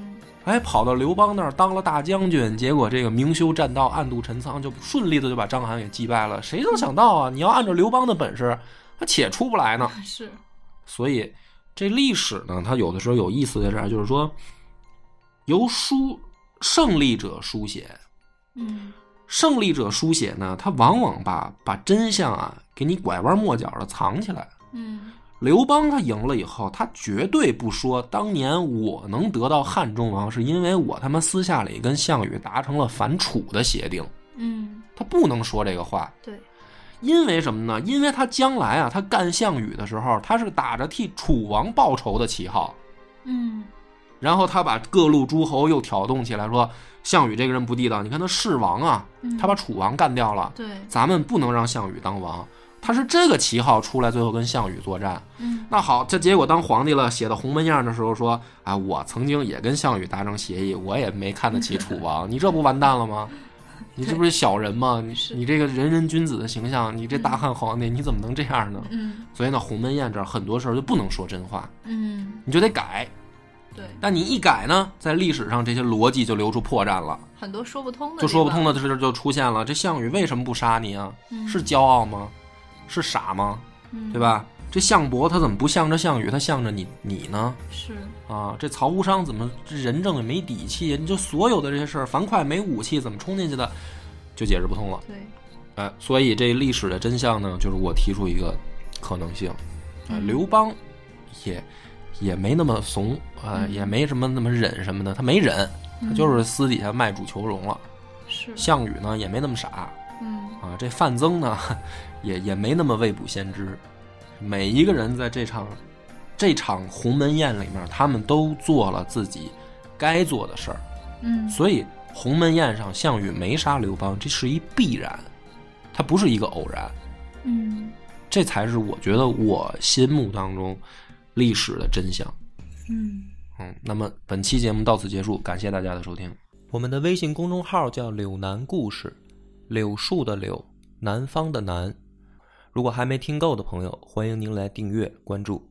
[SPEAKER 2] 哎，跑到刘邦那儿当了大将军，结果这个明修栈道，暗度陈仓，就顺利的就把章邯给击败了。谁能想到啊？你要按照刘邦的本事，他且出不来呢。
[SPEAKER 4] 是
[SPEAKER 2] 所以这历史呢，它有的时候有意思在这儿，就是说由书胜利者书写，
[SPEAKER 4] 嗯
[SPEAKER 2] 胜利者书写呢，他往往把把真相啊给你拐弯抹角的藏起来。
[SPEAKER 4] 嗯
[SPEAKER 2] 刘邦他赢了以后，他绝对不说当年我能得到汉中王，是因为我他妈私下里跟项羽达成了反楚的协定，
[SPEAKER 4] 嗯
[SPEAKER 2] 他不能说这个话。
[SPEAKER 3] 对，
[SPEAKER 2] 因为什么呢？因为他将来啊，他干项羽的时候，他是打着替楚王报仇的旗号，
[SPEAKER 4] 嗯
[SPEAKER 2] 然后他把各路诸侯又挑动起来说，项羽这个人不地道，你看他弑王啊，
[SPEAKER 4] 嗯
[SPEAKER 2] 他把楚王干掉了，
[SPEAKER 4] 对
[SPEAKER 2] 咱们不能让项羽当王。他是这个旗号出来，最后跟项羽作战。
[SPEAKER 4] 嗯
[SPEAKER 2] 那好，这结果当皇帝了，写到鸿门宴的时候说：“啊，我曾经也跟项羽达成协议，我也没看得起楚王，你这不完蛋了吗？你这不是小人吗？你
[SPEAKER 4] 是
[SPEAKER 2] 你这个仁人君子的形象，你这大汉皇帝，你怎么能这样呢？
[SPEAKER 4] 嗯
[SPEAKER 2] 所以呢，鸿门宴这儿很多事儿就不能说真话，
[SPEAKER 4] 嗯，
[SPEAKER 2] 你就得改。
[SPEAKER 3] 对，
[SPEAKER 2] 但你一改呢，在历史上这些逻辑就留出破绽了，
[SPEAKER 3] 很多说不通的，
[SPEAKER 2] 就说不通。的事儿就出现了。这项羽为什么不杀你啊？
[SPEAKER 4] 嗯
[SPEAKER 2] 是骄傲吗？是傻吗？对？吧？这项伯他怎么不向着项羽，他向着你你呢？
[SPEAKER 4] 嗯是，
[SPEAKER 2] 啊，这曹无伤怎么这仁政也没底气？你就所有的这些事儿，樊哙没武器怎么冲进去的，就解释不通了。
[SPEAKER 3] 对，
[SPEAKER 2] 哎，所以这历史的真相呢，就是我提出一个可能性，啊，
[SPEAKER 4] 嗯
[SPEAKER 2] 刘邦也也没那么怂啊、
[SPEAKER 4] 嗯
[SPEAKER 2] 也没什么那么忍什么的，他没忍，他就是私底下卖主求荣了。
[SPEAKER 4] 是，
[SPEAKER 2] 项羽呢也没那么傻啊、
[SPEAKER 4] 嗯
[SPEAKER 2] 这范增呢也也没那么未卜先知。每一个人在这场这场鸿门宴里面，他们都做了自己该做的事儿，
[SPEAKER 4] 嗯，
[SPEAKER 2] 所以鸿门宴上项羽没杀刘邦，这是一必然，它不是一个偶然。
[SPEAKER 4] 嗯
[SPEAKER 2] 这才是我觉得我心目当中历史的真相。
[SPEAKER 4] 嗯
[SPEAKER 2] 嗯，那么本期节目到此结束，感谢大家的收听。我们的微信公众号叫“柳南故事”，柳树的柳，南方的南。如果还没听够的朋友，欢迎您来订阅关注。